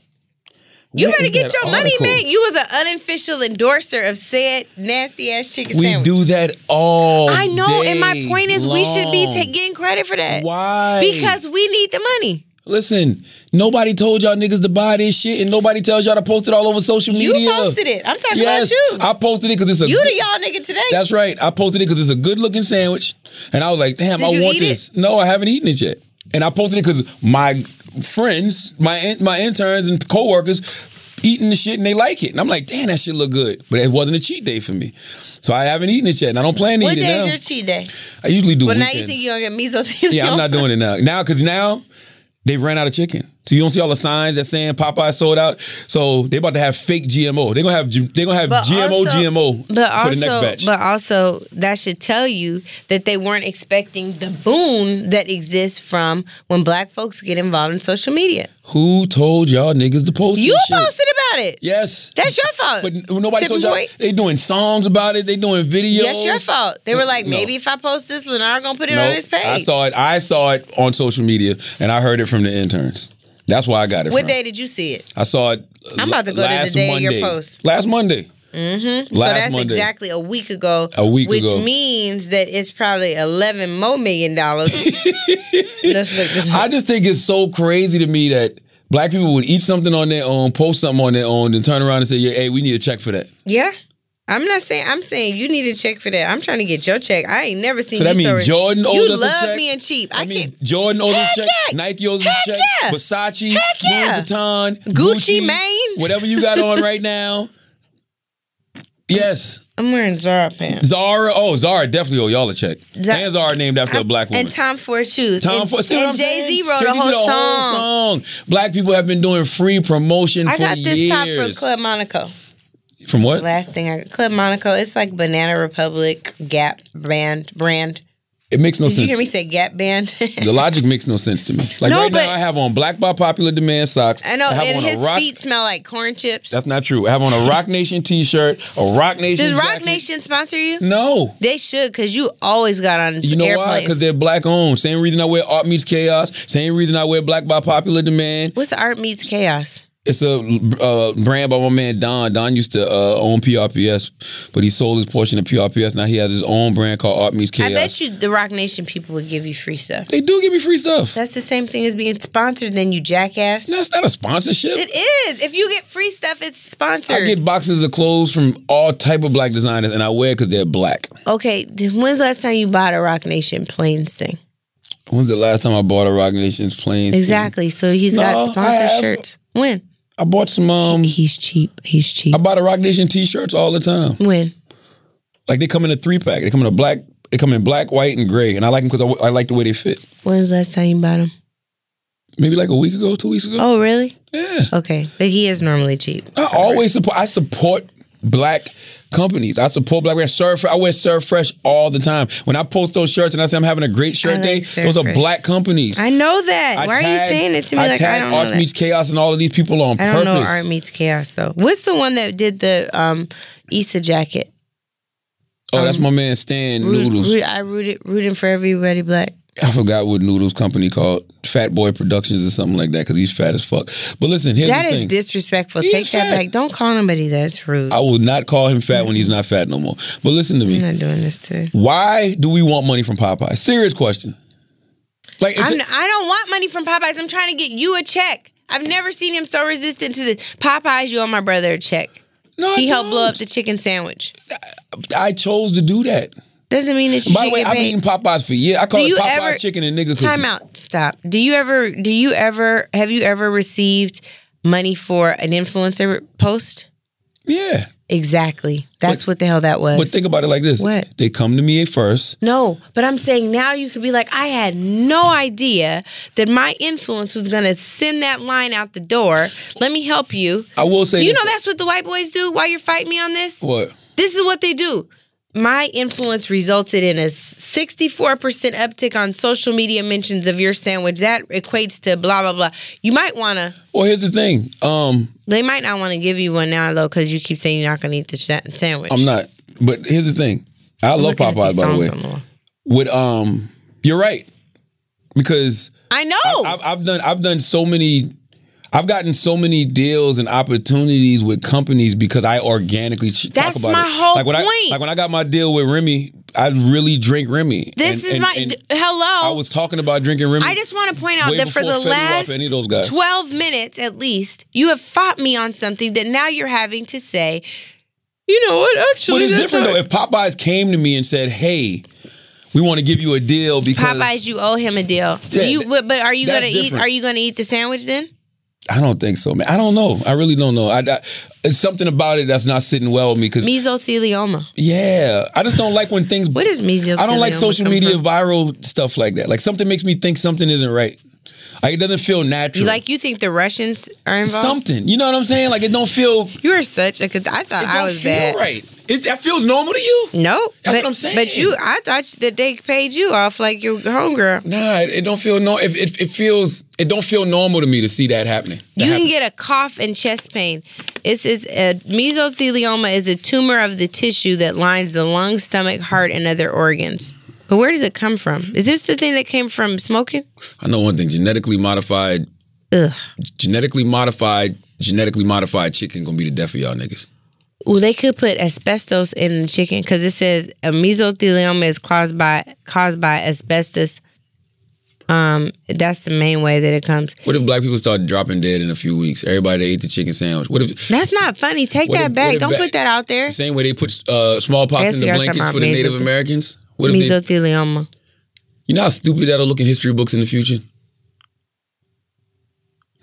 You
What
better
is
get
that
your money,
article?
man. You was an unofficial endorser of said nasty ass chicken
We
sandwich.
do that all.
I know, and my
day
point is we should be
long.
ta- getting credit for that.
Why?
Because we need the money.
listen, nobody told y'all niggas to buy this shit, and nobody tells y'all to post it all over social
You
media.
posted it. I'm talking
Yes,
about you.
I posted it because it's a.
you
good-
the y'all nigga today.
That's right. I posted it because it's a good looking sandwich, and I was like, "Damn,
Did
I
you
want
eat it?
this." No, I haven't eaten it yet, and I posted it because my friends, my in- my interns and coworkers, eating the shit and they like it, and I'm like, "Damn, that shit look good," but it wasn't a cheat day for me, so I haven't eaten it yet, and I don't plan to
what
eat it
day
now.
is your cheat day?
I usually do.
But now
weekends.
you think you're gonna get
(laughs)
mesothelioma.
yeah,
(laughs)
I'm not doing it now. Now, because now they've ran out of chicken. So you don't see all the signs that saying Popeye sold out. So they about to have fake GMO. They're gonna have G- they gonna have GMO GMO
but
for
also,
the next batch.
But also, that should tell you that they weren't expecting the boon that exists from when black folks get involved in social media.
Who told y'all niggas to post
You
this shit?
posted about it.
Yes.
That's your fault.
but n- nobody told
Tipping
y'all.
point.
They doing songs about it. They doing videos.
That's your fault. They were like,
No.
maybe if I post this, Lenar gonna put it
No,
on his page.
I saw it. I saw it on social media, and I heard it from the interns. That's why I got it.
What
from.
day did you see it?
I saw it.
I'm about to go to the
last
day of your
Monday.
post.
Last Monday. Mm-hmm. Last
so that's
Monday.
exactly a week ago.
A week
which
ago.
means that it's probably eleven more
(laughs)
million dollars. Let's look this up.
I just think it's so crazy to me that black people would eat something on their own, post something on their own, then turn around and say, "Yeah, hey, we need a check for that."
Yeah. I'm not saying I'm saying you need a check for that. I'm trying to get your check. I ain't never seen
So that
you
means
so-
Jordan owed
You
us a
love
check?
me and cheap. I,
I mean,
can't
Jordan owes us a
Heck
check,
yeah.
Nike owes us a
Heck
check,
yeah.
Versace,
Heck yeah.
Louis Vuitton,
Gucci Mane.
whatever you got on right
(laughs)
now. Yes,
I'm wearing Zara pants.
Zara. Oh, Zara definitely owe y'all a check.
Za-
and Zara named after (laughs) a black woman.
And Tom Ford shoes.
Tom
and,
Ford. See what I'm
Jay Z
saying?
wrote a
Jay-Z
whole
did
song.
song. Black people have been doing free promotion
I
for
got this
years.
top from Club Monaco.
From
The
what?
last thing I Club Monaco. It's like Banana Republic Gap brand brand.
It makes no
Did you
sense.
hear me say Gap Band? (laughs)
The logic makes no sense to me. Like
No,
right
but-
now, I have on black by popular demand socks.
I know,
have
and
on a
his
rock.
feet smell like corn chips.
That's not true. I have on a Rock Nation T-shirt, a Rock Nation.
Does Rock
jacket.
Nation sponsor you?
No.
They should, cause you always got on
Mm. You know why?
airplanes.
Because they're black owned. Same reason I wear Art Meets Chaos. Same reason I wear Black by Popular Demand.
What's art meets chaos?
It's a uh, brand by my man Don. Don used to uh, own PRPS, but he sold his portion of PRPS. Now he has his own brand called Art Meets Chaos.
I bet you the Rock Nation people would give you free stuff.
They do give me free stuff.
That's the same thing as being sponsored. Then you jackass.
That's not a sponsorship.
It is. If you get free stuff, it's sponsored.
I get boxes of clothes from all type of black designers, and I wear because they're black.
okay, th- when's the last time you bought a Rock Nation planes thing?
When's the last time I bought a Rock Nation's planes? thing?
Exactly. So he's
No, I
got sponsor
have-
shirts. When?
I bought some. Um,
He's cheap. He's cheap.
I bought a Rock Nation T-shirts all the time.
When?
Like they come in a three pack. They come in a black. They come in black, white, and gray, and I like them because I, I like the way they fit.
When was the last time you bought them?
Maybe like a week ago, two weeks ago.
Oh, really?
Yeah.
Okay, but he is normally cheap.
I always support. I support black companies. I support black brands. Serve. I wear Serve Fresh all the time. When I post those shirts and I say I'm having a great shirt
like
day,
Serve
those are
Fresh.
black companies.
I know that.
I
Why are you
tag-
saying it to me like I
tag
don't
Art
know that?
Meets Chaos and all of these people on
I
purpose.
don't know Art Meets Chaos though. What's the one that did the um Issa jacket? um,
oh, that's my man Stan
Root-
Noodles.
root- I rooted rooting for everybody black.
I forgot what Noodles company called Fat Boy Productions or something like that because he's fat as fuck. But listen, here's
That
the
is
thing.
disrespectful.
He
Take
is
that
fat.
back. Don't call nobody that's rude.
I will not call him fat when he's not fat no more. But listen to me.
I'm not doing this to.
Why do we want money from Popeye? Serious question. Like, if
I'm,
the-
n- I don't want money from Popeyes. I'm trying to get you a check. I've never seen him so resistant to the Popeyes. You owe my brother a check.
no, I
He helped blow
don't.
up the chicken sandwich.
I chose to do that.
Doesn't mean that you
By the
should
way,
get
I've been
paid.
eating Popeyes for years. I call
Do
it
you
Popeyes
ever-
chicken and nigga cookies.
Time out. Stop. Do you ever? Do you ever? Have you ever received money for an influencer post?
Yeah,
Exactly. That's what the hell that was.
but think about it like this:
What?
they come to me first.
no, but I'm saying now you could be like, I had no idea that my influence was gonna send that line out the door. Let me help you.
I will say,
Do you
this-
know that's what the white boys do? Why you're fighting me on this?
what?
This is what they do. My influence resulted in a 64% uptick on social media mentions of your sandwich. That equates to blah, blah, blah. You might want to,
Well, here's the thing. Um,
they might not want to give you one now, though, because you keep saying you're not going to eat the sa- sandwich.
I'm not. But here's the thing. I love
Looking at
Popeyes, by the
songs
way.
on wall.
With um, you're right because
I know.
I've, I've done I've done so many. I've gotten so many deals and opportunities with companies because I organically ch-
That's
talk about
my
it.
whole
like when
point.
I like when I got my deal with Remy, I really drink Remy. And-
this is
and-
my,
and
d- hello.
I was talking about drinking Remy.
I just want to point out
Way
that for
before
the
Fetty Wap, any of those guys.
last 12 minutes at least, you have fought me on something that now you're having to say, you know what,
But
actually.
it's
that's
different
not-
though. If Popeyes came to me and said, "Hey, we want to give you a deal because
Popeyes, you owe him a deal.
Yeah,
you,
th-
but, but are you
that's
gonna eat?
different.
Are you gonna eat the sandwich then?
I don't think so, man. I don't know. I really don't know. I, I it's something about it that's not sitting well with me because
Mesothelioma.
yeah, I just don't like when things.
What is mesothelioma?
I don't like social
come
media
from?
viral stuff like that. Like something makes me think something isn't right. Like it doesn't feel natural.
You like you think the Russians are involved?
something? You know what I'm saying? Like it don't feel. It
you are such a. cath- I thought I
don't
was
feel
bad.
right. It, that feels normal to you?
No,
That's
but,
what I'm saying.
But you, I thought that they paid you off like your homegirl.
Nah, it, it don't feel no. It, it, it feels. It don't feel normal to me to see that happening. That
You
happen.
can get a cough and chest pain. This is a mesothelioma is a tumor of the tissue that lines the lung, stomach, heart, and other organs. But where does it come from? Is this the thing that came from smoking?
I know one thing: genetically modified,
Ugh.
genetically modified, genetically modified chicken gonna be the death of y'all niggas.
Well, they could put asbestos in the chicken because it says a mesothelioma is caused by caused by asbestos. Um, that's the main way that it comes.
What if black people start dropping dead in a few weeks? Everybody that ate the chicken sandwich. What if
That's not funny. Take
What
that
if- what
back.
if
Don't
back-
put that out there.
same way they put uh, smallpox
Yes,
in the
you guys
blankets
talking
for the
about
Native
meso-
Americans? What if they,
Mesothelioma.
you know how stupid that'll look in history books in the future?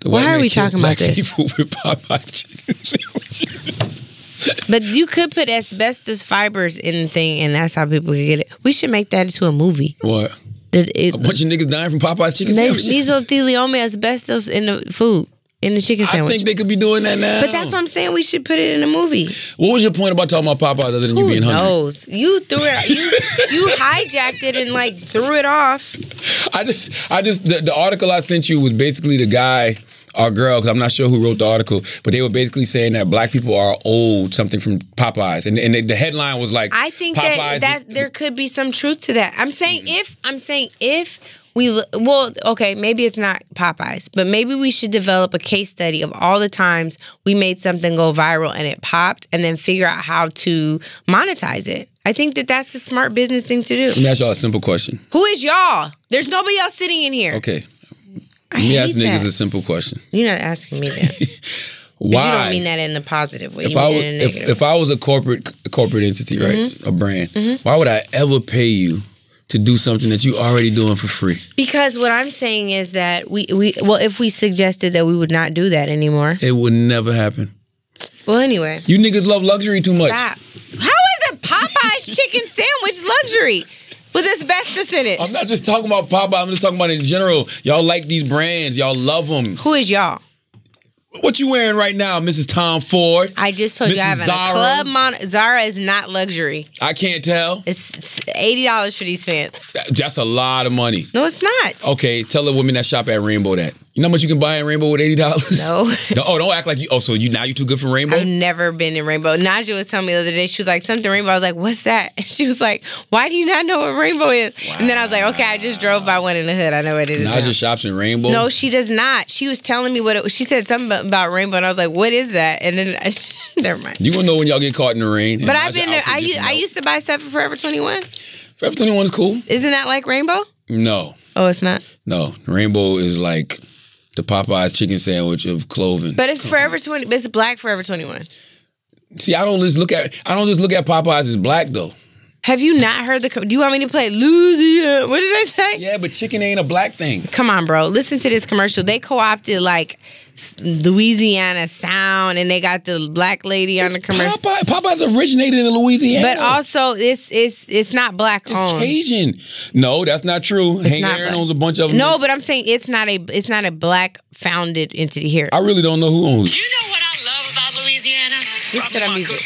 The
Why
white
are
man
we
killed
talking
black
about this?
People with Popeye's chicken
(laughs)
sandwiches.
But you could put asbestos fibers in the thing, and that's how people could get it. We should make that into a movie.
What?
That it-
A bunch of niggas dying from Popeye's chicken
mes-
sandwiches.
mesothelioma asbestos in the food. in the chicken
I
sandwich.
think they could be doing that now.
but that's what I'm saying. We should put it in a movie.
What was your point about talking about Popeyes other than you
Who
being hungry?
knows? You threw it.
(laughs)
You you hijacked it and like threw it off.
I just, I just, the, the article I sent you was basically the guy or girl, because I'm not sure who wrote the article, but they were basically saying that black people are owed something from Popeyes, and and the, the headline was like,
I think
Popeyes- Mm-hmm.
that that there could be some truth to that. I'm saying if I'm saying if we look, well, okay, maybe it's not Popeyes, but maybe we should develop a case study of all the times we made something go viral and it popped, and then figure out how to monetize it. I think that that's the smart business thing to
Let
do.
me ask y'all a simple question.
Who is y'all? There's nobody else sitting in here.
Okay,
I
let me
hate
ask niggas
that.
a simple question.
You're not asking me
(laughs)
that. 'Cause
Why?
You don't mean that in the positive way.
If
you
I,
mean
was,
it in the
if,
negative. Mm-hmm.
if I was a corporate corporate entity, right, a brand, why would I ever pay you to do something that you already doing for free?
because what I'm saying is that we, we well, if we suggested that we would not do that anymore.
It would never happen.
Well, anyway,
You niggas love luxury too much.
stop. How is a Popeyes (laughs) chicken sandwich luxury with asbestos in it?
I'm not just talking about Popeye. I'm just talking about in general. Y'all like these brands. Y'all love them.
Who is y'all?
What you wearing right now, Mrs. Tom Ford?
I just told you I
Mrs.
have a
Zara.
club. Mon- Zara is not luxury.
I can't tell.
It's it's eighty dollars for these pants.
That- That's a lot of money.
No, it's not.
Okay, tell the women that shop at Rainbow that. You know how much you can buy in Rainbow with eighty dollars? (laughs)
No.
Oh, don't act like you. Oh, so you now you too good for Rainbow?
I've never been in Rainbow. Naja was telling me the other day, she was like, something Rainbow. I was like, what's that? (laughs) And she was like, why do you not know what Rainbow is? And then I was like, okay, I just drove by one in the hood. I know what it is. now."
Naja shops in Rainbow.
No, she does not. She was telling me what it was. She said something about- about rainbow, and I was like, "What is that?" And then, (laughs) I, never mind.
You gonna know when y'all get caught in the rain. and
But
Naja
I've been.
outfit
I
just
u- I
melt.
used to buy stuff at Forever Twenty One.
Forever 21 is cool.
Isn't that like rainbow?
No,
Oh, it's not.
no. Rainbow is like the Popeyes chicken sandwich of clothing.
But it's Forever Twenty. But it's black Forever Twenty One.
See, I don't just look at I don't just look at Popeyes as black though.
Have you not heard the? co- Do you want me to play Louisiana? What did I say?
Yeah, but chicken ain't a black thing.
Come on, bro. Listen to this commercial. They co-opted like s- Louisiana sound, and they got the black lady on the commercial.
Popeye, Popeyes originated in Louisiana.
But also, it's it's it's not black
it's
owned.
Cajun. No, that's not true. Hank
not
Aaron
black.
owns a bunch of them.
No, but I'm saying it's not a it's not a black founded entity here.
I really don't know who
(laughs)
owns it.
You know what I love about Louisiana?
Listen to that music.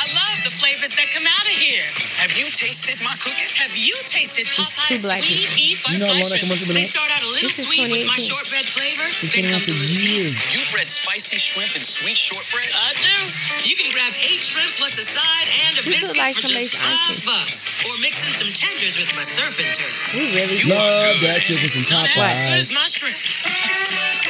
I love the flavors that come out of here. Have you tasted my cookie? Have you tasted
too
Popeye's
black
sweet beef
You know how long that commercial been
They
on?
start out a little
This is
sweet with my
2018.
shortbread flavor. Then
been on
comes
for
a little
years.
You bred spicy shrimp and sweet shortbread? I do. You can grab eight shrimp plus a side and a
This
biscuit
look like
for just
somebody's
five
auntie.
bucks. Or mix in some tenders with my surfing turkey.
We really
You are
Love
good.
that chicken from
Not as good as
Popeyes.
my shrimp.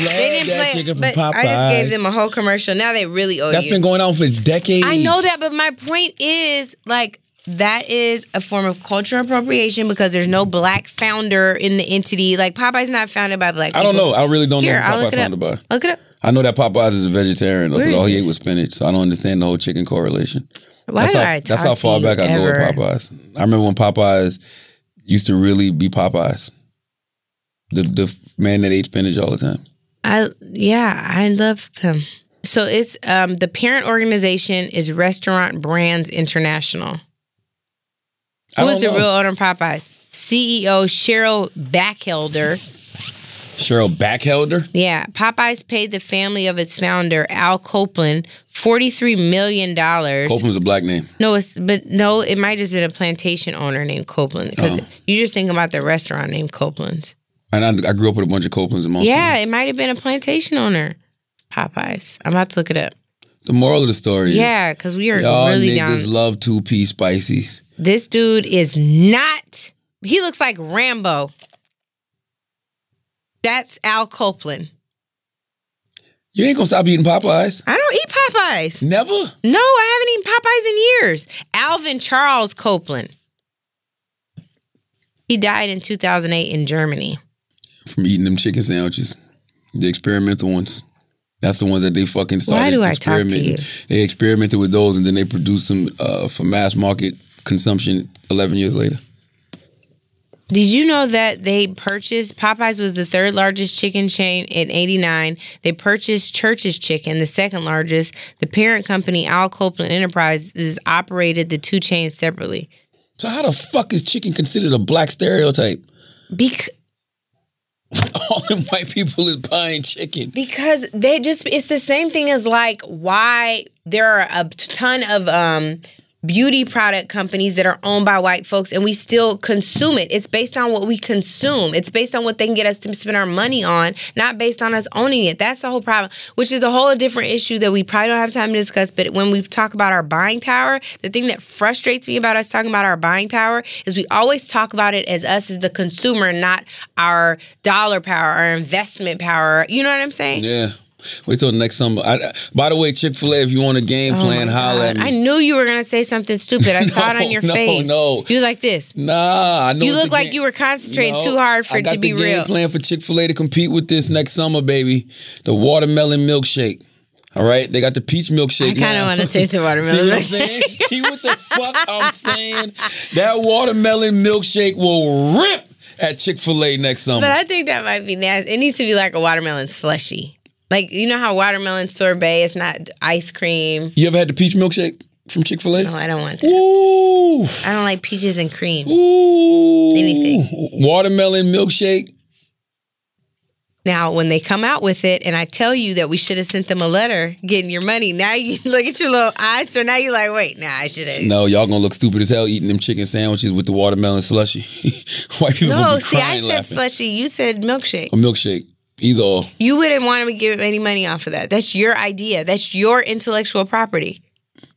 Love
they didn't
that
play.
chicken from
But
Popeyes.
I just gave them a whole commercial. Now they really owe
that's
you.
been going on for decades.
I know that, but my point is like that is a form of cultural appropriation because there's no black founder in the entity. Like Popeye's not founded by black.
I don't
people.
know. I really don't
Here,
know
I'll
who
look
Popeye
it up.
founded by.
Look it up.
I know that Popeyes is a vegetarian, though,
Where
but
is
all he
this?
ate was spinach. So I don't understand the whole chicken correlation.
Why
that's
do
how,
I
that's
talk
how far
to you
back I go with
ever?
Popeyes. I remember when Popeyes used to really be Popeyes. The the man that ate spinach all the time.
I yeah, I love him. So it's um the parent organization is Restaurant Brands International.
I
Who
don't
is the
know.
real owner of Popeyes? CEO Cheryl Backhelder.
Cheryl Backhelder?
Yeah, Popeyes paid the family of its founder Al Copeland forty three million dollars.
Copeland's a black name.
No, it's but no, it might have been a plantation owner named Copeland because
Oh.
you just think about the restaurant named Copeland's.
And I, I grew up with a bunch of Copelands in Mount
Yeah, it might have been a plantation owner. Popeyes. I'm about to look it up.
The moral of the story is
Yeah, because we are
y'all
really down.
niggas love two piece spices.
This dude is not. He looks like Rambo. That's Al Copeland.
You ain't gonna stop eating Popeyes.
I don't eat Popeyes.
Never.
No, I haven't eaten Popeyes in years. Alvin Charles Copeland. He died in 2008 in Germany.
From eating them chicken sandwiches. The experimental ones. That's the ones that they fucking started
Why do I talk to
experimenting. They experimented with those and then they produced them uh, for mass market consumption 11 years later.
Did you know that they purchased Popeyes was the third largest chicken chain in 89. They purchased Church's Chicken, the second largest. The parent company Al Copeland Enterprises operated the two chains separately.
So how the fuck is chicken considered a black stereotype?
Bec-
(laughs) all them white people is buying chicken.
because they just it's the same thing as like why there are a ton of um beauty product companies that are owned by white folks and we still consume it it's based on what we consume it's based on what they can get us to spend our money on not based on us owning it that's the whole problem which is a whole different issue that we probably don't have time to discuss but when we talk about our buying power the thing that frustrates me about us talking about our buying power is we always talk about it as us as the consumer not our dollar power our investment power you know what i'm saying
Yeah. Wait till next summer. I, I- by the way, Chick Fil A, if you want a game
Oh
plan,
my
holler at
God.
me.
I knew you were gonna say something stupid. I saw it
(laughs) No,
on your
no,
face.
no.
You was like this.
nah, I know.
You
what
look
the
like
game-
you were concentrating
No,
too hard for
I
it
got
to be
the Game
real.
plan for Chick Fil A to compete with this next summer, baby. The watermelon milkshake. All right, they got the peach milkshake.
I kind of want
(laughs)
to taste
See
the
what I'm
watermelon.
saying? See what the fuck I'm saying? That watermelon milkshake will rip at Chick Fil A next summer.
but I think that might be nasty. It needs to be like a watermelon slushy. Like you know how watermelon sorbet is not ice cream.
you ever had the peach milkshake from Chick Fil A?
No, I don't want that.
Ooh,
I don't like peaches and cream.
ooh,
Anything.
Watermelon milkshake.
Now, when they come out with it, and I tell you that we should have sent them a letter getting your money. Now you (laughs) look at your little eyes, so now you're like, wait, nah, I should have.
No, y'all gonna look stupid as hell eating them chicken sandwiches with the watermelon slushy. (laughs) White people gonna
No,
be
see, I
crying
said
laughing.
slushy. You said milkshake.
a milkshake. Either or.
You wouldn't want to give any money off of that. That's your idea. That's your intellectual property.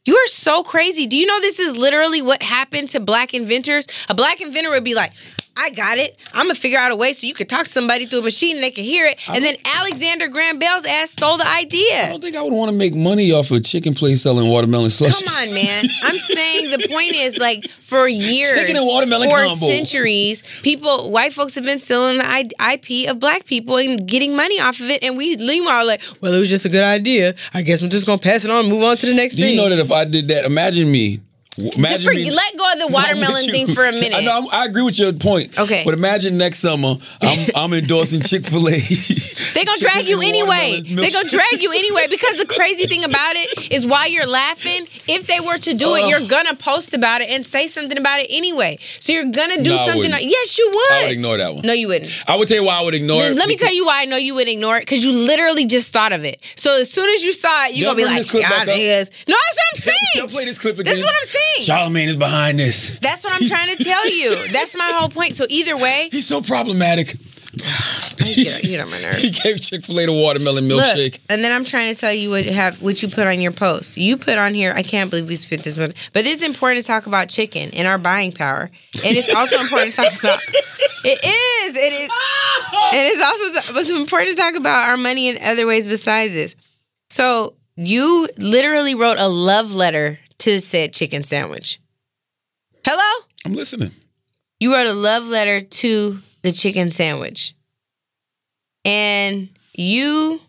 You are so crazy. Do you know this is literally what happened to black inventors? A black inventor would be like, I got it. I'm gonna figure out a way so you could talk to somebody through a machine and they can hear it. And then Alexander Graham Bell's ass stole the
I
idea.
don't think I would want to make money off a chicken place selling watermelon slushies.
Come on, man. I'm saying the point is like for years,
(laughs) Chicken and watermelon
for
combo.
centuries, people, white folks have been stealing the I- IP of black people and getting money off of it. And we meanwhile like, well, it was just a good idea. I guess I'm just gonna pass it on, and move on to the next
Do
thing.
you know that if I did that, imagine me. W- Imagine
Just for-
me-
let go of the
No, (laughs) I'm with
watermelon
you.
thing for a minute.
I know. I'm- I agree with your point.
Okay.
But imagine next summer,
(laughs)
I'm, I'm endorsing Chick Fil A.
They gonna drag you anyway. They gonna drag you anyway because the crazy thing about it is while you're laughing, if they were to do it,
Ugh.
you're gonna post about it and say something about it anyway. So you're gonna do
No, I
something.
wouldn't.
yes,
(laughs)
you
I would
would.
ignore that one.
no, you wouldn't.
I would tell you why I would ignore
Then
it.
let me tell you why I know you would ignore it because you literally just thought of it. So as soon as you saw it, you're
Y'all
gonna be
bring
like,
this clip
"God,
back up."
is." No, that's what I'm
Y'all
saying.
play this clip again.
That's what I'm saying.
Charlemagne is behind this.
That's what I'm trying to tell
(laughs)
you. That's my whole point. So either way,
He's so problematic.
(sighs) you get, you get on my nerves.
(laughs) He gave Chick Fil A the watermelon
Look,
milkshake.
and then I'm trying to tell you what have what you put on your post. You put on here. I can't believe we spent this much, but it's important to talk about chicken and our buying power, and it's also important to talk about. It is, and it, and it's also it's important to talk about our money in other ways besides this. So you literally wrote a love letter to said chicken sandwich. Hello,
I'm listening.
you wrote a love letter to the chicken sandwich. And you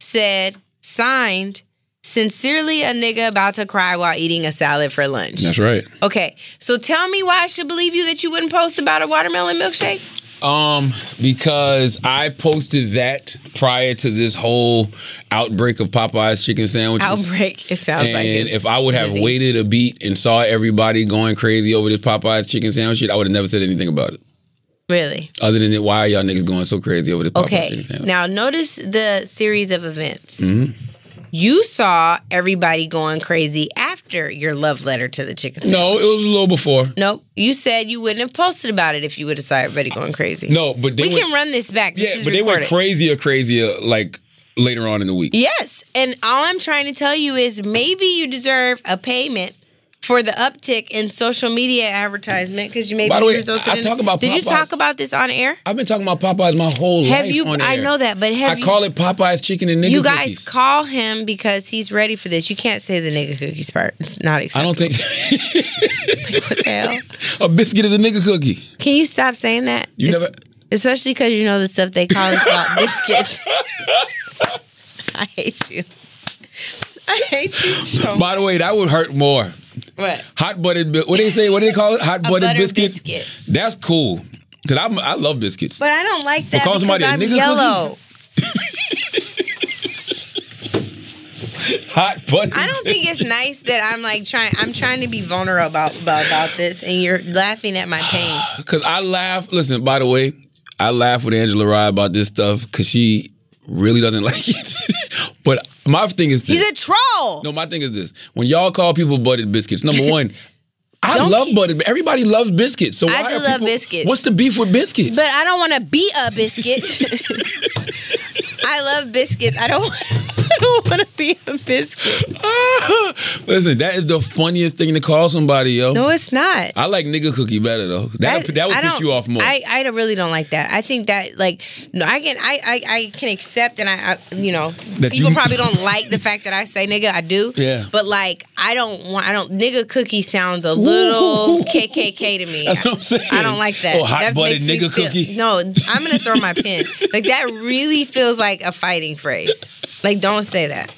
said, signed, sincerely a nigga about to cry while eating a salad for lunch.
right.
Okay, so tell me why I should believe you that you wouldn't post about a watermelon milkshake?
Um, because I posted that prior to this whole outbreak of Popeye's chicken sandwiches.
Outbreak, it sounds like
and
it's
if I would have
disease.
waited a beat and saw everybody going crazy over this Popeye's chicken sandwich shit, I would have never said anything about it.
Really?
Other than that, why are y'all niggas going so crazy over this Popeye's
Okay,
chicken sandwich? Mm-hmm.
now notice the series of events. You saw everybody going crazy after your love letter to the chicken sandwich.
no, it was a little before.
Nope. You said you wouldn't have posted about it if you would have saw everybody going crazy.
No, but they
We
went,
can run this back. This
yeah,
is
but they
recorded.
went crazier, crazier like later on in the week.
Yes. And all I'm trying to tell you is maybe you deserve a payment for the uptick in social media advertisement because you maybe
By the way,
resulted
I
in-
talk about
Did you
Popeyes.
talk about this on air?
I've been talking about Popeyes my whole
Have
life.
you-
on
I
air.
know that, but have
I
you-
call it Popeyes chicken and nigga
You guys
cookies.
call him because he's ready for this. You can't say the nigga cookies part. It's not
I (laughs)
acceptable.
don't think
What the hell?
a biscuit is a nigga cookie.
Can you stop saying that?
You
Es-
never-
especially because you know the stuff they call
(laughs)
us about biscuits. (laughs) I hate you. I hate you so much.
By the way, that would hurt more.
What?
Hot buttered, bi- what do they say? What do they call it? Hot buttered
butter
biscuit?
biscuit.
That's cool. Cause I'm, I love biscuits.
But I don't like that
call
because
somebody a
I'm
nigga cookie?
yellow.
Hot buttered.
I don't think it's nice that I'm like trying. I'm trying to
(sighs)
be vulnerable about, about, about this, and you're laughing at my pain.
Cause I laugh. Listen, by the way, I laugh with Angela Rye about this stuff because she really doesn't (laughs) like it. but my thing is this.
He's a troll.
no, my thing is this. When y'all call people butted biscuits, number
(laughs)
one, I
Don't
love
you-
butted. Everybody loves biscuits. So
I
why
do
are
love
people-
biscuits.
What's the beef with biscuits?
But I don't want to be a biscuit. (laughs) I love biscuits. I don't. (laughs) I don't want to be a biscuit.
(laughs) Listen, that is the funniest thing to call somebody, yo.
No, it's not.
I like nigga cookie better though. That
I-
that would
I
piss
don't-
you off more.
I, I don't- really don't like that. I think that like no, I can I I, I can accept and I, I you know
That
people
you- (laughs)
probably don't like the fact that I say nigga. I do.
Yeah.
But like I don't want I don't nigga cookie sounds a little
(laughs)
KKK to me.
(laughs) That's what I'm saying.
I don't like that.
Oh, hot
that
butted
makes me
nigga
feel-
cookie.
No, I'm gonna throw my
(laughs)
pen. Like that really feels like a fighting phrase. Like don't say that.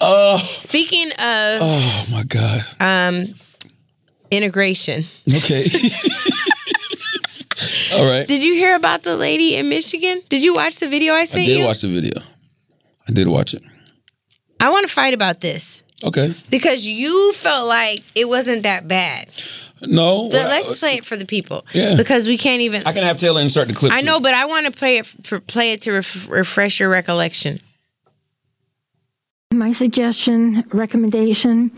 Oh. Speaking of
Uh,
um,
oh my god.
integration. (laughs)
Okay. (laughs) All right.
Did you hear about the lady in Michigan? Did you watch the video I
I
sent
did
you?
watch the video. I did watch it.
I want to fight about this
Okay.
because you felt like it wasn't that bad.
No.
So
well, uh,
let's play it for the people
Yeah.
because we can't even.
I can have Taylor insert the clip.
I
too.
know, but I want to play it. For, play it to ref, refresh your recollection.
My suggestion, recommendation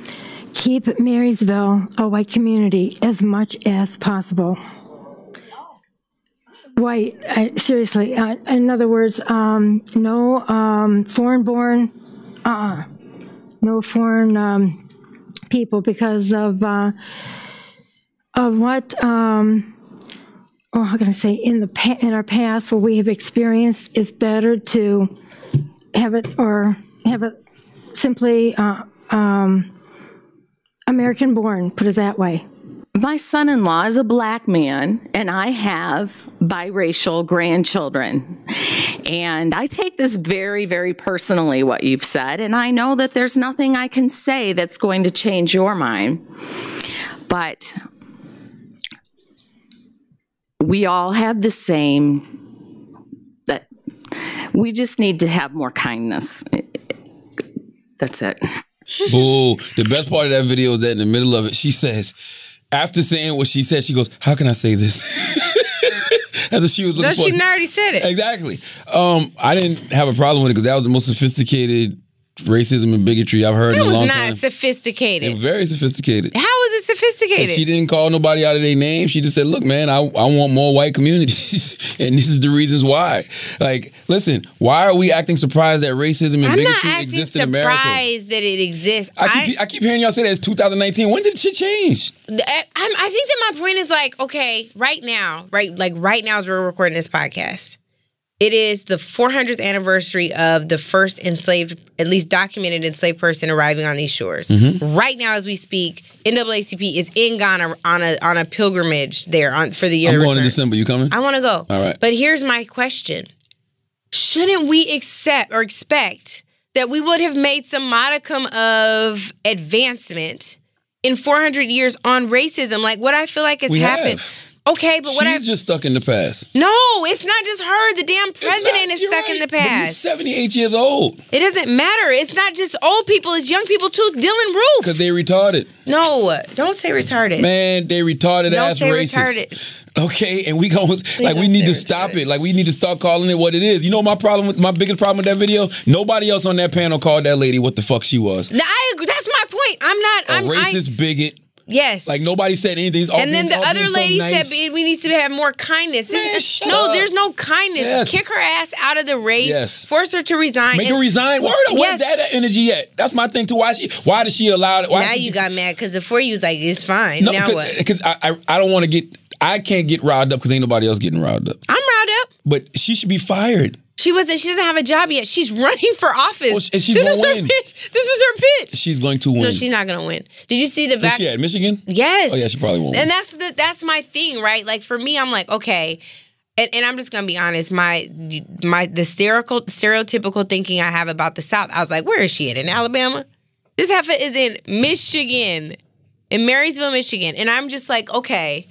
keep Marysville a white community as much as possible. White, I, seriously. Uh, in other words, um, no um, foreign born, uh, no foreign um, people because of, uh, of what. Um, Oh, how can I say? In the pa- in our past, what we have experienced, it's better to have it or have it simply uh, um, American born, put it that way.
My son in law is a black man, and I have biracial grandchildren. And I take this very, very personally, what you've said. And I know that there's nothing I can say that's going to change your mind. But we all have the same, that we just need to have more kindness. That's it.
Boo. The best part of that video is that in the middle of it, she says, after saying what she said, she goes, "How can I say this?" (laughs) As if she was looking
No,
for.
she already said it.
Exactly. Um, I didn't have a problem with it because that was the most sophisticated racism and bigotry I've heard in
That
a
was
long
not
time.
sophisticated.
Very sophisticated.
How is it
And she
sophisticated?
didn't call nobody out of their name. She just said, "Look, man, I, I want more white communities, (laughs) and this is the reasons why." Like, listen, why are we acting surprised that racism and
I'm not
bigotry
acting
exist in America?
surprised that it exists.
I keep, I, keep hearing y'all say that it's 2019. When did shit change?
I, I'm- I think that my point is like, okay, right now, right, like right now as we're recording this podcast, it is the 400th anniversary of the first enslaved, at least documented enslaved person arriving on these shores.
Mm-hmm.
Right now, as we speak, NAACP is in Ghana on a on a pilgrimage there on for the year.
I'm
of
going in
return.
December. You coming?
I want to go.
All right.
But here's my question: Shouldn't we accept or expect that we would have made some modicum of advancement in 400 years on racism? Like what I feel like has
We have.
happened. Okay, but what I
She's just stuck in the past.
no, it's not just her. The damn
It's
president
not-
is
you're
stuck in
right,
the
but he's
past.
78 years old
It doesn't matter. It's not just old people. It's young people too. Dylan Roof.
because they retarded.
no, don't say retarded.
Man, they retarded
Don't
ass
say
racist. Okay, and we going
(laughs)
like we
don't
need
say
to stop
retarded.
it. Like we need to start calling it what it is. You know my problem with my biggest problem with that video? Nobody else on that panel called that lady what the fuck she was. A
No, I agree. That's my point. I'm not. I'm I-
racist bigot.
yes.
Like nobody said anything. It's all
And then
being-
the
all
other
being so
lady
nice.
said we need to have more kindness. This-
Man, shut
no,
up.
there's no kindness.
Yes.
Kick her ass out of the race.
Yes.
Force her to resign.
Make
And
her resign. Word up.
Yes.
Where's that energy at? That's my thing too. Why she? Why does she allow it? Why
Now
she-
you got mad because before you was like, it's fine.
no,
now what?
Because I, I I don't want to get I can't get riled up because ain't nobody else getting riled up.
I'm riled up.
But she should be fired.
She wasn't. She doesn't have a job yet. She's running for office.
Well, Oh, and she's
this
gonna
is her
win.
pitch. This is her pitch.
She's going to win.
No, she's not gonna win. Did you see the
Where's
back?
she at Michigan.
Yes.
Oh, yeah, she probably won't win.
And that's the that's my thing, right? Like for me, I'm like, okay, and, and I'm just gonna be honest. My my the stereotypical stereotypical thinking I have about the South, I was like, where is she at? In Alabama? This heifer is in Michigan, in Marysville, Michigan, and I'm just like, okay.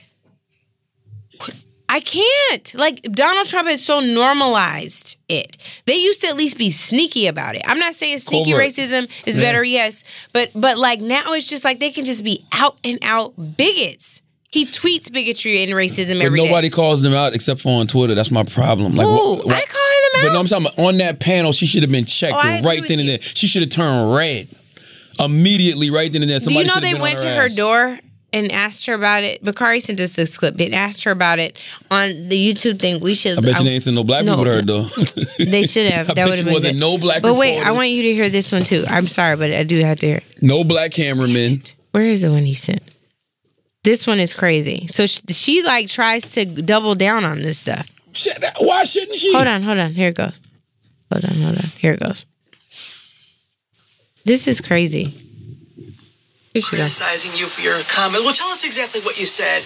I can't. Like Donald Trump has so normalized it. They used to at least be sneaky about it. I'm not saying sneaky
Covert.
racism is better, yes, but but like now it's just like they can just be out and out bigots. He tweets bigotry and racism
But
every day.
nobody calls them out except for on Twitter. That's my problem. Like,
Ooh,
wh- wh-
I call him
But
out.
no, I'm talking about on that panel. She should have been checked
Oh, I agree
right
with
then and
you.
there. She should have turned red immediately, right then and there.
Do you
Somebody
know
should have
they
been on
went
her
to her
ass.
door and asked her about it? Bakari sent us this clip. They asked her about it on the YouTube thing. We should.
I bet you they ain't seen no black
No.
people to her door. (laughs)
They should have.
I
that
bet
would
you
have been
wasn't
good.
no black
But wait, I
reporters.
want you to hear this one too. I'm sorry, but I do have to hear. it.
no black cameramen.
Where is the one you sent? This one is crazy. So she, she like tries to double down on this stuff.
Shit, that- why shouldn't she?
Hold on, hold on. Here it goes. Hold on, hold on. Here it goes. This is crazy. Here she goes.
criticizing you for your comment. Well, tell us exactly what you said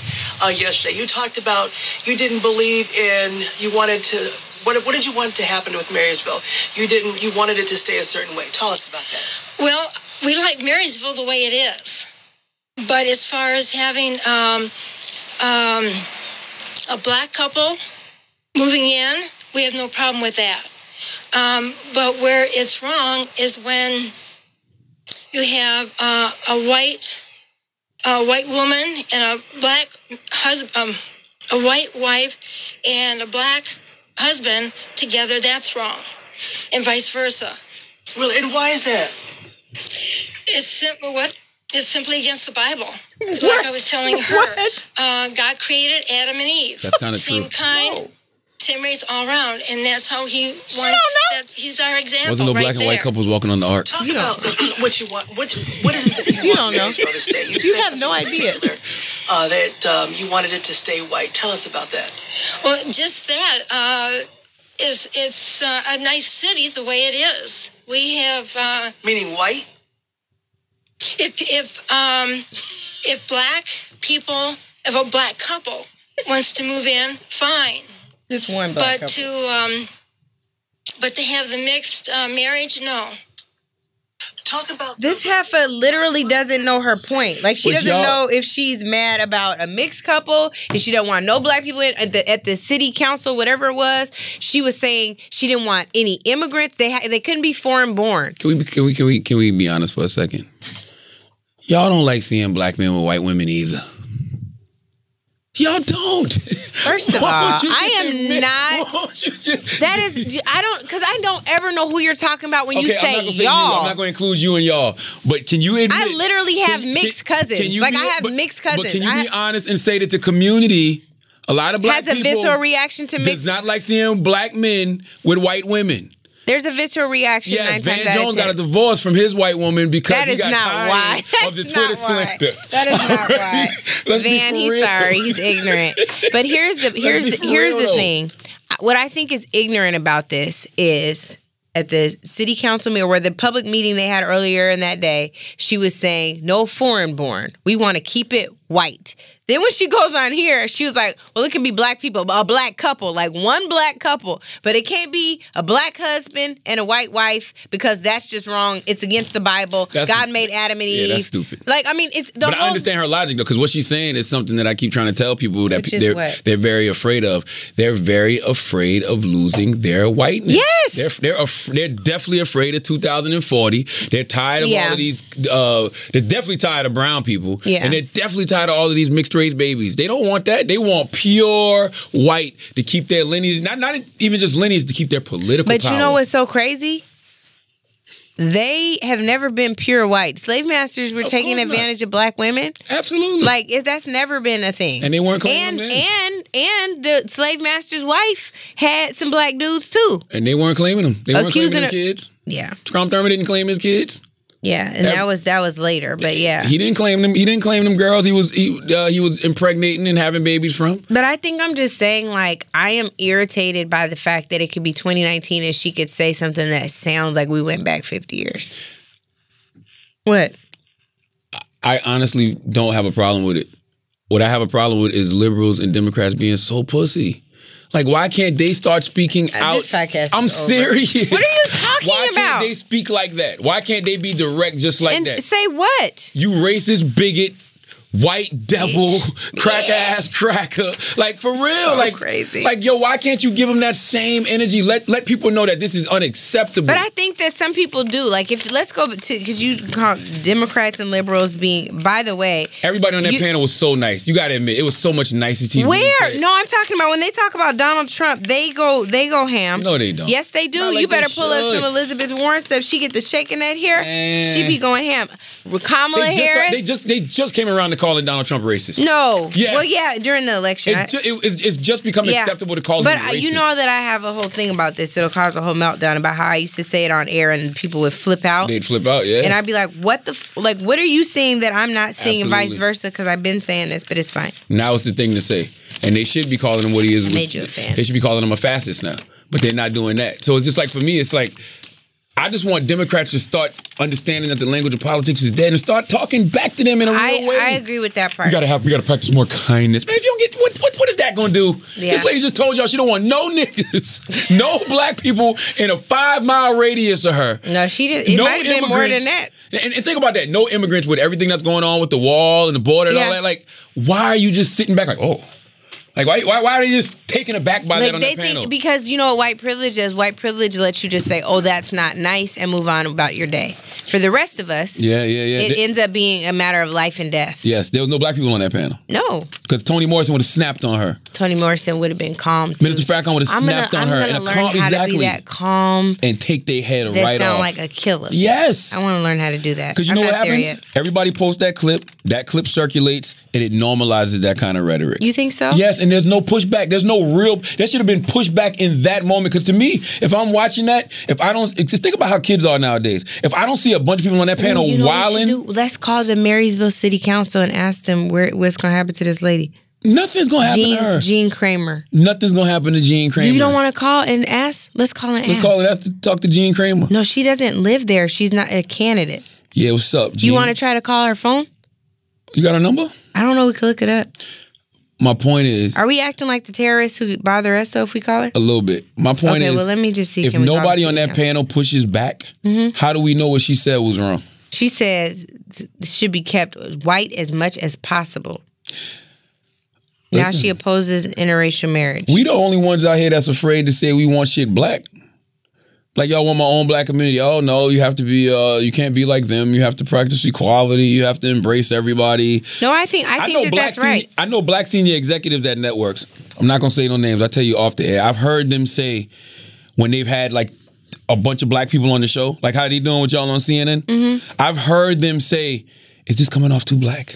uh, yesterday. You talked about you didn't believe in, you wanted to, what, what did you want to happen with Marysville? You didn't, you wanted it to stay a certain way. Tell us about that.
Well, we like Marysville the way it is. But as far as having um, um, a black couple moving in, we have no problem with that. Um, but where it's wrong is when you have uh, a white a white woman and a black husband, um, a white wife and a black husband together. That's wrong, and vice versa.
Really, and why is that?
It's simple. What? It's simply against the Bible. Like I was telling her,
What?
Uh, God created Adam and Eve.
That's kinda
same
true.
kind, same race all around, and that's how He wants.
don't know.
That, he's our example.
Wasn't no
right
black and
there.
white couples walking on the ark.
Talk about (clears throat) what you want. What what is it that
(laughs)
you,
You don't
want
know.
Marysville to stay?
You
said
have no
something
idea.
particular, uh, that um, you wanted it to stay white. Tell us about that.
Well, just that. Uh, is it's uh, a nice city the way it is. We have uh,
Meaning white.
if if um, if black people, if a black couple wants to move in, fine.
This one
but to um, but to have the mixed uh, marriage, no.
Talk about
This heifer literally doesn't know her point. Like she
But
doesn't
y'all-
know if she's mad about a mixed couple and she don't want no black people in, at the at the city council, whatever it was. She was saying she didn't want any immigrants. They ha- they couldn't be foreign born.
Can we can we can we can we be honest for a second? Y'all don't like seeing black men with white women either. Y'all don't. First (laughs)
of all, I am not- That is, I don't, because I don't ever know who you're talking about when you
I'm not
say
gonna say you. I'm
y'all.
not going to include you and y'all. But can you admit?
I literally have mixed cousins. Like, I have mixed
But can you
cousins.
be
I-
honest and say that the community, a lot of black
Has a
people,
visceral reaction to
does
mixed.
not like seeing black men with white women.
There's a visceral reaction.
Yes,
nine
Van
times out of
Jones got a
ten.
divorce from his white woman because
That
he
is
got
not
tired
why. (laughs)
of the
That's
Twitter
not why.
slander.
That
(laughs)
is not why.
Let's be
Van,
for
he's
real.
sorry.
(laughs)
He's ignorant. But here's the here's
be
the,
for
here's
real,
the
though.
thing. What I think is ignorant about this is at the city council meeting or the public meeting they had earlier in that day, she was saying no foreign born. We want to keep it white. Then when she goes on here, she was like, "Well, it can be black people, a black couple, like one black couple, but it can't be a black husband and a white wife because that's just wrong. It's against the Bible.
That's-
God made Adam and
Yeah,
Eve.
that's stupid.
Like, I mean, it's the
But
whole
I understand her logic though, because what she's saying is something that I keep trying to tell people that
Which
pe-
is
they're
what?
they're very afraid of. They're very afraid of losing their whiteness.
Yes!
they're they're, af- they're definitely afraid of 2040. They're tired of all
Yeah.
of these. Uh, they're definitely tired of brown people.
Yeah.
and they're definitely tired of all of these mixed race babies. They don't want that. They want pure white to keep their lineage. Not not even just lineage to keep their political.
But you
power.
know what's so crazy? They have never been pure white. Slave masters were
Of
taking
course not.
advantage of black women.
Absolutely.
Like it, that's never been a thing.
And they weren't claiming
And
them
and and the slave master's wife had some black dudes too.
and they weren't claiming them. They weren't claiming
Accusing
their
her-
kids.
Yeah,
Strom Thurmond didn't claim his kids.
yeah. And that was that was later. But yeah.
He didn't claim them. He didn't claim them girls. He was he uh, he was impregnating and having babies from.
But I think I'm just saying, like, I am irritated by the fact that it could be 2019 and she could say something that sounds like we went back 50 years. What?
I honestly don't have a problem with it. What I have a problem with is liberals and Democrats being so pussy. Like, why can't they start speaking out?
Uh, podcast
I'm
is over.
serious.
What are you talking
Why
about?
can't they speak like that? Why can't they be direct just like
and
that?
say what?
you racist bigot white devil, (laughs) crack ass cracker. Like for real, like
crazy.
Like yo, why can't you give them that same energy? Let let people know that this is unacceptable.
But I think that some people do. Like, if let's go to because you call Democrats and liberals being. By the way,
Everybody on that
You-
panel was so nice. You gotta admit, it was so much nicety. when they
where
said-
no, I'm talking about when they talk about Donald Trump, they go they go ham.
No, they don't.
Yes, they do.
Not like
you better
they
pull up
should.
some Elizabeth Warren stuff. She get the shaking that hair.
Man.
She be going ham. Kamala
they just,
Harris.
they just they just came around to calling Donald Trump racist.
no.
Yes.
Well, yeah, during the election. I-
It ju- it- it's, it's just become acceptable to call
But
him
I-
racist.
you know that I have a whole thing about this. It'll cause a whole meltdown about how I used to say it on air and people would flip out.
they'd flip out, yeah.
and I'd be like, "What the f- like? What are you seeing that I'm not seeing, and vice
Absolutely.
versa?" Because I've been saying this, but it's fine.
now it's the thing to say, and they should be calling him what he is.
made you a fan.
They should be calling him a fascist now, but they're not doing that. So it's just like for me, it's like. I just want Democrats to start understanding that the language of politics is dead and start talking back to them in a real
I,
way.
I agree with that part.
We gotta have we gotta practice more kindness. Man, if you don't get what what, what is that gonna do?
Yeah.
This lady just told y'all she don't want no niggas, (laughs) no black people in a five mile radius of her.
no, she did. It
no
might have been more than that.
And, and think about that. No immigrants with everything that's going on with the wall and the border and
Yeah.
all that. Like, why are you just sitting back like, oh? Like why why, why are you just taken aback by that
Like
on
they
that panel?
think because you know what white privilege is. White privilege lets you just say, "Oh, that's not nice," and move on about your day. For the rest of us,
yeah, yeah, yeah.
it
Th-
ends up being a matter of life and death.
yes, there was no black people on that panel.
No,
Because Tony Morrison would have snapped on her.
Tony Morrison would have been calm. Too.
Minister Farrakhan would have
Mm. I'm gonna,
snapped on
I'm
her
gonna
and a
learn
calm
how to
exactly
be that calm.
and take their head
That
right
sound
off.
like a killer.
yes.
I want to learn how to do that.
Because you
I'm
know what
not there
happens?
yet.
Everybody posts that clip. That clip circulates, and it normalizes that kind of rhetoric.
You think so?
Yes, and there's no pushback. There's no real. There should have been pushback in that moment. Because to me, if I'm watching that, if I don't, just think about how kids are nowadays. If I don't see a bunch of people on that panel
You know what we should
wilding,
do? Let's call the Marysville City Council and ask them where, what's going to happen to this lady,
nothing's gonna happen to her.
Jean, Jean Kramer.
Nothing's gonna happen to Gene Kramer.
You don't want to call and ask? Let's call and
Let's
ask.
call it after talk to Gene Kramer.
No, she doesn't live there. She's not a candidate.
Yeah, what's up? Gene?
You want to try to call her phone?
You got a number?
I don't know. We could look it up.
My point is
Are we acting like the terrorists who bother us though if we call her?
a little bit. My point
okay,
is
well let me just see.
if
Can we call
nobody
the
on
city
that
council?
panel pushes back,
Mm-hmm.
how do we know what she said was wrong?
she says th- should be kept white as much as possible. Now
Listen.
she opposes interracial marriage.
We the only ones out here that's afraid to say we want shit black. Like y'all want my own black community. Oh no, you have to be uh you can't be like them. You have to practice equality. You have to embrace everybody.
no, I think I think that
black
that's
senior,
right.
I know black senior executives at networks. I'm not gonna say no names. I tell you off the air. I've heard them say when they've had like a bunch of black people on the show, like how they doing with y'all on CNN.
Mm-hmm.
I've heard them say, "Is this coming off too black?"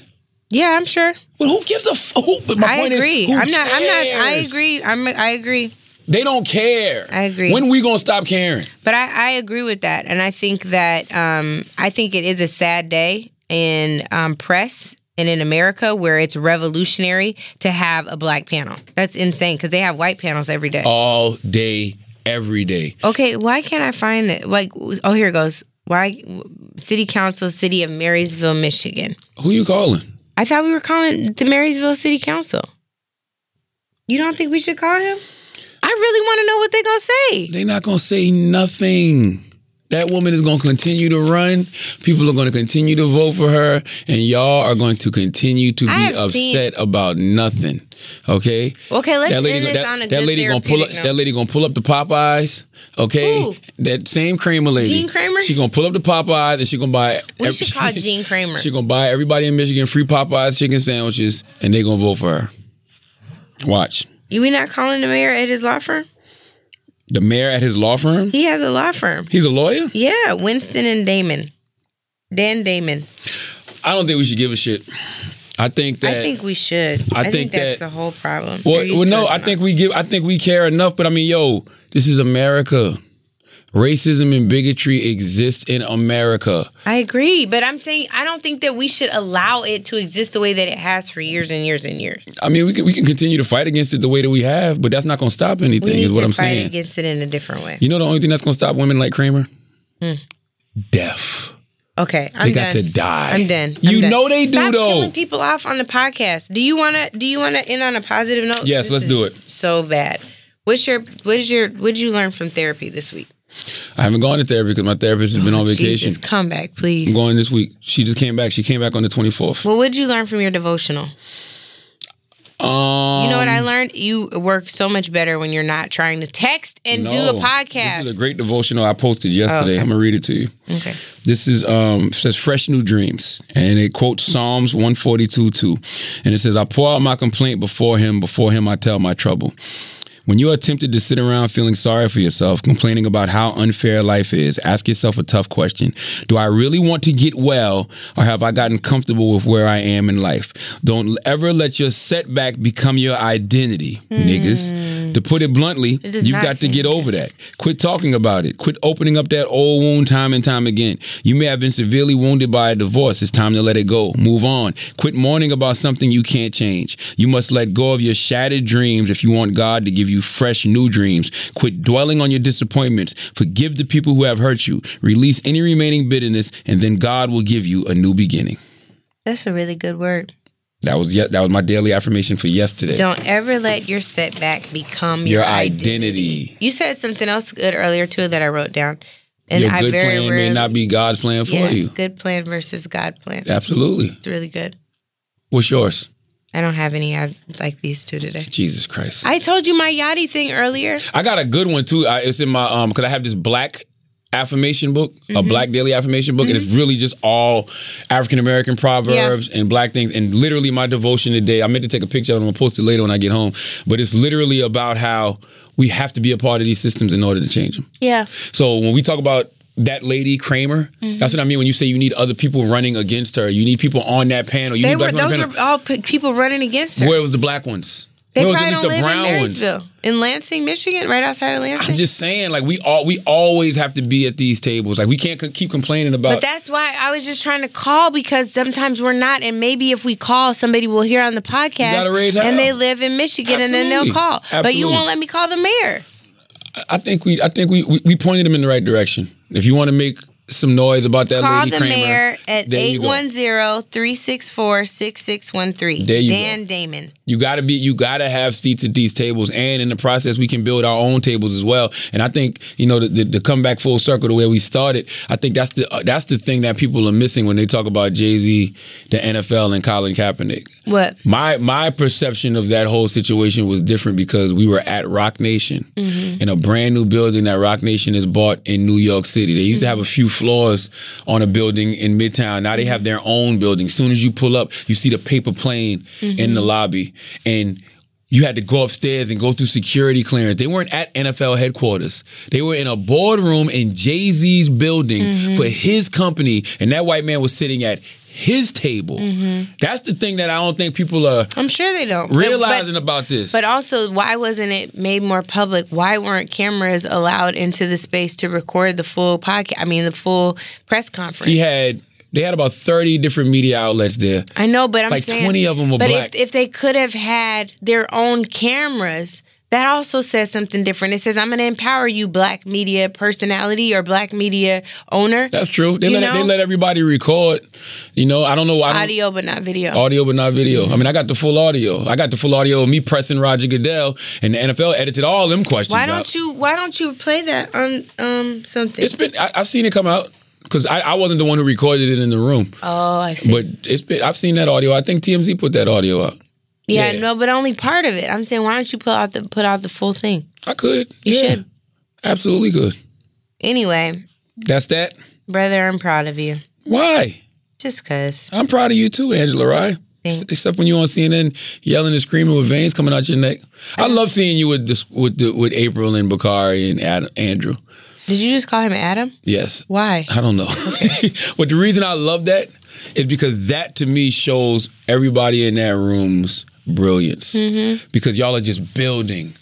Yeah, I'm sure.
Well, who gives a f- who? But my
I
point
agree.
is, who
I'm not. I'm not. I
cares?
agree. I'm. I agree.
They don't care.
I agree.
When we gonna stop caring?
But I, I agree with that, and I think that um, I think it is a sad day in um, press and in America where it's revolutionary to have a black panel. That's insane because they have white panels every day.
All day, every day.
Okay, why can't I find it? Like, oh, here it goes. Why City Council, City of Marysville, Michigan?
Who you calling?
I thought we were calling the Marysville City Council. You don't think we should call him? I really want to know what they gonna say.
They not gonna say nothing. That woman is gonna continue to run. People are gonna continue to vote for her, and y'all are going to continue to
I
be
have seen-
upset about nothing. Okay.
Okay, let's
that lady,
end this
that,
on a
that
good
lady gonna pull up.
therapeutic note.
That lady gonna pull up the Popeyes. Okay,
Who?
that same Kramer lady.
Jean Kramer?
She gonna pull up the Popeyes and she gonna buy.
We
ev- (laughs)
should call Jean Kramer.
she gonna buy everybody in Michigan free Popeyes chicken sandwiches, and they gonna vote for her. Watch
You we not calling the mayor at his law firm?
the mayor at his law firm.
He has a law firm.
He's a lawyer.
Yeah, Winston and Damon. Dan Damon.
I don't think we should give a shit. I think that.
I think we should.
I
I, think,
think
that's
that-
the whole problem.
well,
They're used
well, no,
to us
I
now.
think we give. I think we care enough. But I mean, yo, this is America. Racism and bigotry exist in America.
I agree, but I'm saying I don't think that we should allow it to exist the way that it has for years and years and years.
I mean, we can we can continue to fight against it the way that we have, but that's not going to stop
We
anything.
need
Is what
to
I'm
fight
saying.
against it in a different way.
You know, the only thing that's going to stop women like Kramer, deaf.
Okay, Hmm. I'm
They
done.
got to die.
I'm done. I'm
You
done.
know they
Stop
do
killing
though.
people off on the podcast. Do you wanna? Do you wanna end on a positive note?
Yes, let's
is
do it.
So bad. What's your? What is your? What did you learn from therapy this week?
I haven't gone to therapy because my therapist has been on vacation.
(laughs) Jesus, come back, please.
I'm going this week. She just came back. She came back on the 24th.
What would you learn from your devotional?
Um,
You know what I learned? You work so much better when you're not trying to text and do
no.
a podcast. Oh,
This is a great devotional I posted yesterday.
okay.
I'm gonna read it to you.
okay.
This is um says fresh new dreams and it quotes Psalms 142 2. And it says, I pour out my complaint before him, before him I tell my trouble. When you are tempted to sit around feeling sorry for yourself, complaining about how unfair life is, ask yourself a tough question. Do I really want to get well or have I gotten comfortable with where I am in life? Don't ever let your setback become your identity, niggas. To put it bluntly,
Hmm. does
you've
not
got to
seem
get
like
over
this.
that that. Quit talking about it. Quit opening up that old wound time and time again. You may have been severely wounded by a divorce. It's time to let it go. Move on. Quit mourning about something you can't change. You must let go of your shattered dreams if you want God to give you fresh new dreams. Quit dwelling on your disappointments. Forgive the people who have hurt you. Release any remaining bitterness, and then God will give you a new beginning.
That's a really good word.
That was yet. That was my daily affirmation for yesterday.
Don't ever let your setback become your,
your
identity.
identity.
You said something else good earlier too that I wrote down, and
your
I
good
very
plan
rarely,
may not be God's plan for
yeah,
you.
Good plan versus God plan.
Absolutely.
It's really good.
What's yours?
I don't have any. I like these two today.
Jesus Christ.
I told you my yachty thing earlier.
I got a good one too. I, it's in my um because I have this black affirmation book,
Mm-hmm.
a black daily affirmation book, and it's really just all African American proverbs and black things. And literally, my devotion today. I meant to take a picture of it. I'm gonna post it later when I get home. But it's literally about how we have to be a part of these systems in order to change them.
Yeah.
So when we talk about that lady Kramer,
Mm-hmm.
that's what I mean when you say you need other people running against her. You need people on that panel. You
They
need black
were
people on
those
that
were
panel.
all p- people running against her.
Where was the black ones?
they
Where was
probably
at
don't
least the
live in
brown ones?
Marysville, in Lansing, Michigan, right outside of Lansing.
I'm just saying, like we all we always have to be at these tables. Like we can't c- keep complaining about.
But that's why I was just trying to call because sometimes we're not, and maybe if we call, somebody will hear on the
gotta raise
podcast, and they
hell.
live in Michigan, and then
Absolutely.
they'll call. But you
Absolutely.
won't let me call the mayor.
I think we I think we, we we pointed them in the right direction. If you want to make some noise about that
call
lady
the
Kramer,
mayor at
there you go.
810-364-6613.
There you go.
Dan Damon.
You gotta be you gotta have seats at these tables, and in the process we can build our own tables as well. And I think you know the, the, the come back full circle the way we started. I think that's the uh, that's the thing that people are missing when they talk about Jay Z, the NFL, and Colin Kaepernick.
What?
My my perception of that whole situation was different because we were at Rock Nation in a brand new building that Rock Nation has bought in New York City. They used to have a few floors on a building in Midtown. Now they have their own building. As soon as you pull up, you see the paper plane in the lobby and you had to go upstairs and go through security clearance. They weren't at NFL headquarters. They were in a boardroom in Jay Z's building for his company, and that white man was sitting at his table. That's the thing that I don't think people are
I'm sure they don't. But-
realizing
but,
about this.
but also, why wasn't it made more public? Why weren't cameras allowed into the space to record the full podcast? I mean, the full press conference.
he had they had about thirty different media outlets there.
I know, but I'm
Like
saying,
20 of 'em were
but
black.
If, if they could have had their own cameras, that also says something different. It says, "I'm going to empower you, black media personality or black media owner."
That's true. They
You
let they
know?
let everybody record. You know, I don't know why. I don't-
audio, but not video.
Audio, but not video. I mean, I got the full audio. I got the full audio of me pressing Roger Goodell, and the NFL edited all them questions.
Why
out.
don't you Why don't you play that on um something?
It's been I, I've seen it come out because I, I wasn't the one who recorded it in the room,
oh, I see.
but it's been I've seen that audio. I think TMZ put that audio out.
yeah,
yeah.
no, but only part of it. I'm saying, why don't you put out the put out the full thing?
I could.
You
Yeah.
should.
Absolutely could.
Anyway,
That's that.
brother, I'm proud of you.
Why?
Just cause.
I'm proud of you too, Angela Rye.
Thanks.
S- Except when you on CNN yelling and screaming with veins coming out your neck. I love seeing you with this, with the, with April and Bakari and Ad, Andrew.
Did you just call him Adam?
Yes.
Why?
I don't know. (laughs) but the reason I love that is because that to me shows everybody in that room's brilliance. Because y'all are just building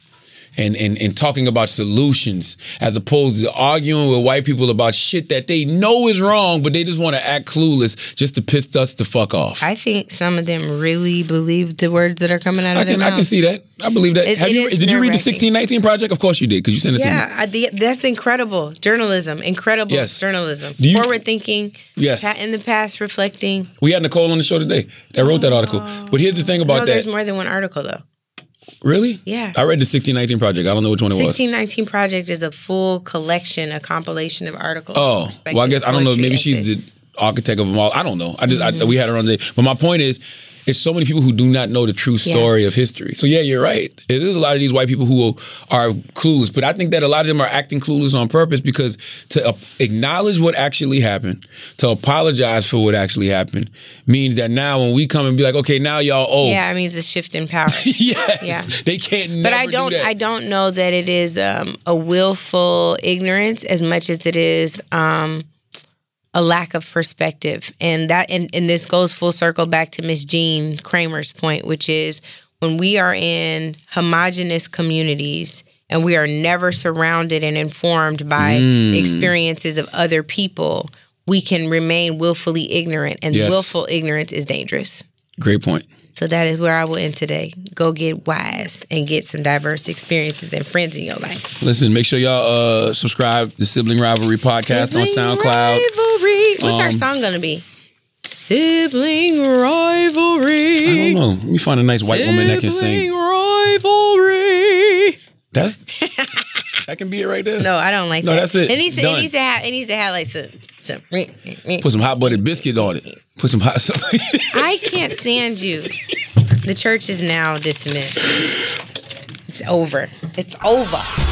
and, and, and talking about solutions as opposed to arguing with white people about shit that they know is wrong, but they just want to act clueless just to piss us the fuck off.
I think some of them really believe the words that are coming out of
I
their
can, I
mouth.
can see that. I believe that.
It-
Have
it
you,
is
did you read the
nerve-wracking.
1619 Project? Of course you did, because you sent it to me.
Yeah, I, the, that's incredible journalism. Incredible
Yes.
journalism.
Do you-
Forward thinking.
Yes.
pa- in the past, reflecting.
We had Nicole on the show today that wrote that article. But here's the thing
Oh. No,
about that.
there's more than one article though.
Really?
Yeah.
I read the 1619 Project. I don't know which one it was.
1619 Project is a full collection, a compilation of articles.
Oh, well, I guess I don't know. Maybe she's the architect of them all. I don't know. I just
Mm-hmm.
I, we had her on the But my point is, it's so many people who do not know the true story of history. So yeah, you're right. It is a lot of these white people who are clueless, but I think that a lot of them are acting clueless on purpose because to uh, acknowledge what actually happened, to apologize for what actually happened, means that now when we come and be like, okay, now y'all old.
Yeah, it means a shift in power.
(laughs) yes,
Yeah.
they can't.
But
never
I don't.
Do that.
I don't know that it is um, a willful ignorance as much as it is um, a lack of perspective, and that and, and this goes full circle back to Miss Jean Kramer's point, which is when we are in homogenous communities and we are never surrounded and informed by
Mm.
experiences of other people, we can remain willfully ignorant, and
Yes.
willful ignorance is dangerous.
Great point.
So that is where I will end today. Go get wise and get some diverse experiences and friends in your life.
Listen, make sure y'all uh, subscribe to Sibling Rivalry Podcast on SoundCloud.
Rivalry. What's our
Um,
song gonna be? Sibling
I don't
rivalry.
know. Let me find a nice white woman that can
Sibling
sing.
rivalry.
That's that can be it right there.
No, I don't like
No,
that.
that's it.
It needs to, it
Done.
needs to have it needs to have like some. some (laughs)
Put some hot buttered biscuit on it. Put some hot. (laughs)
I can't stand you. The church is now dismissed. It's over. It's over.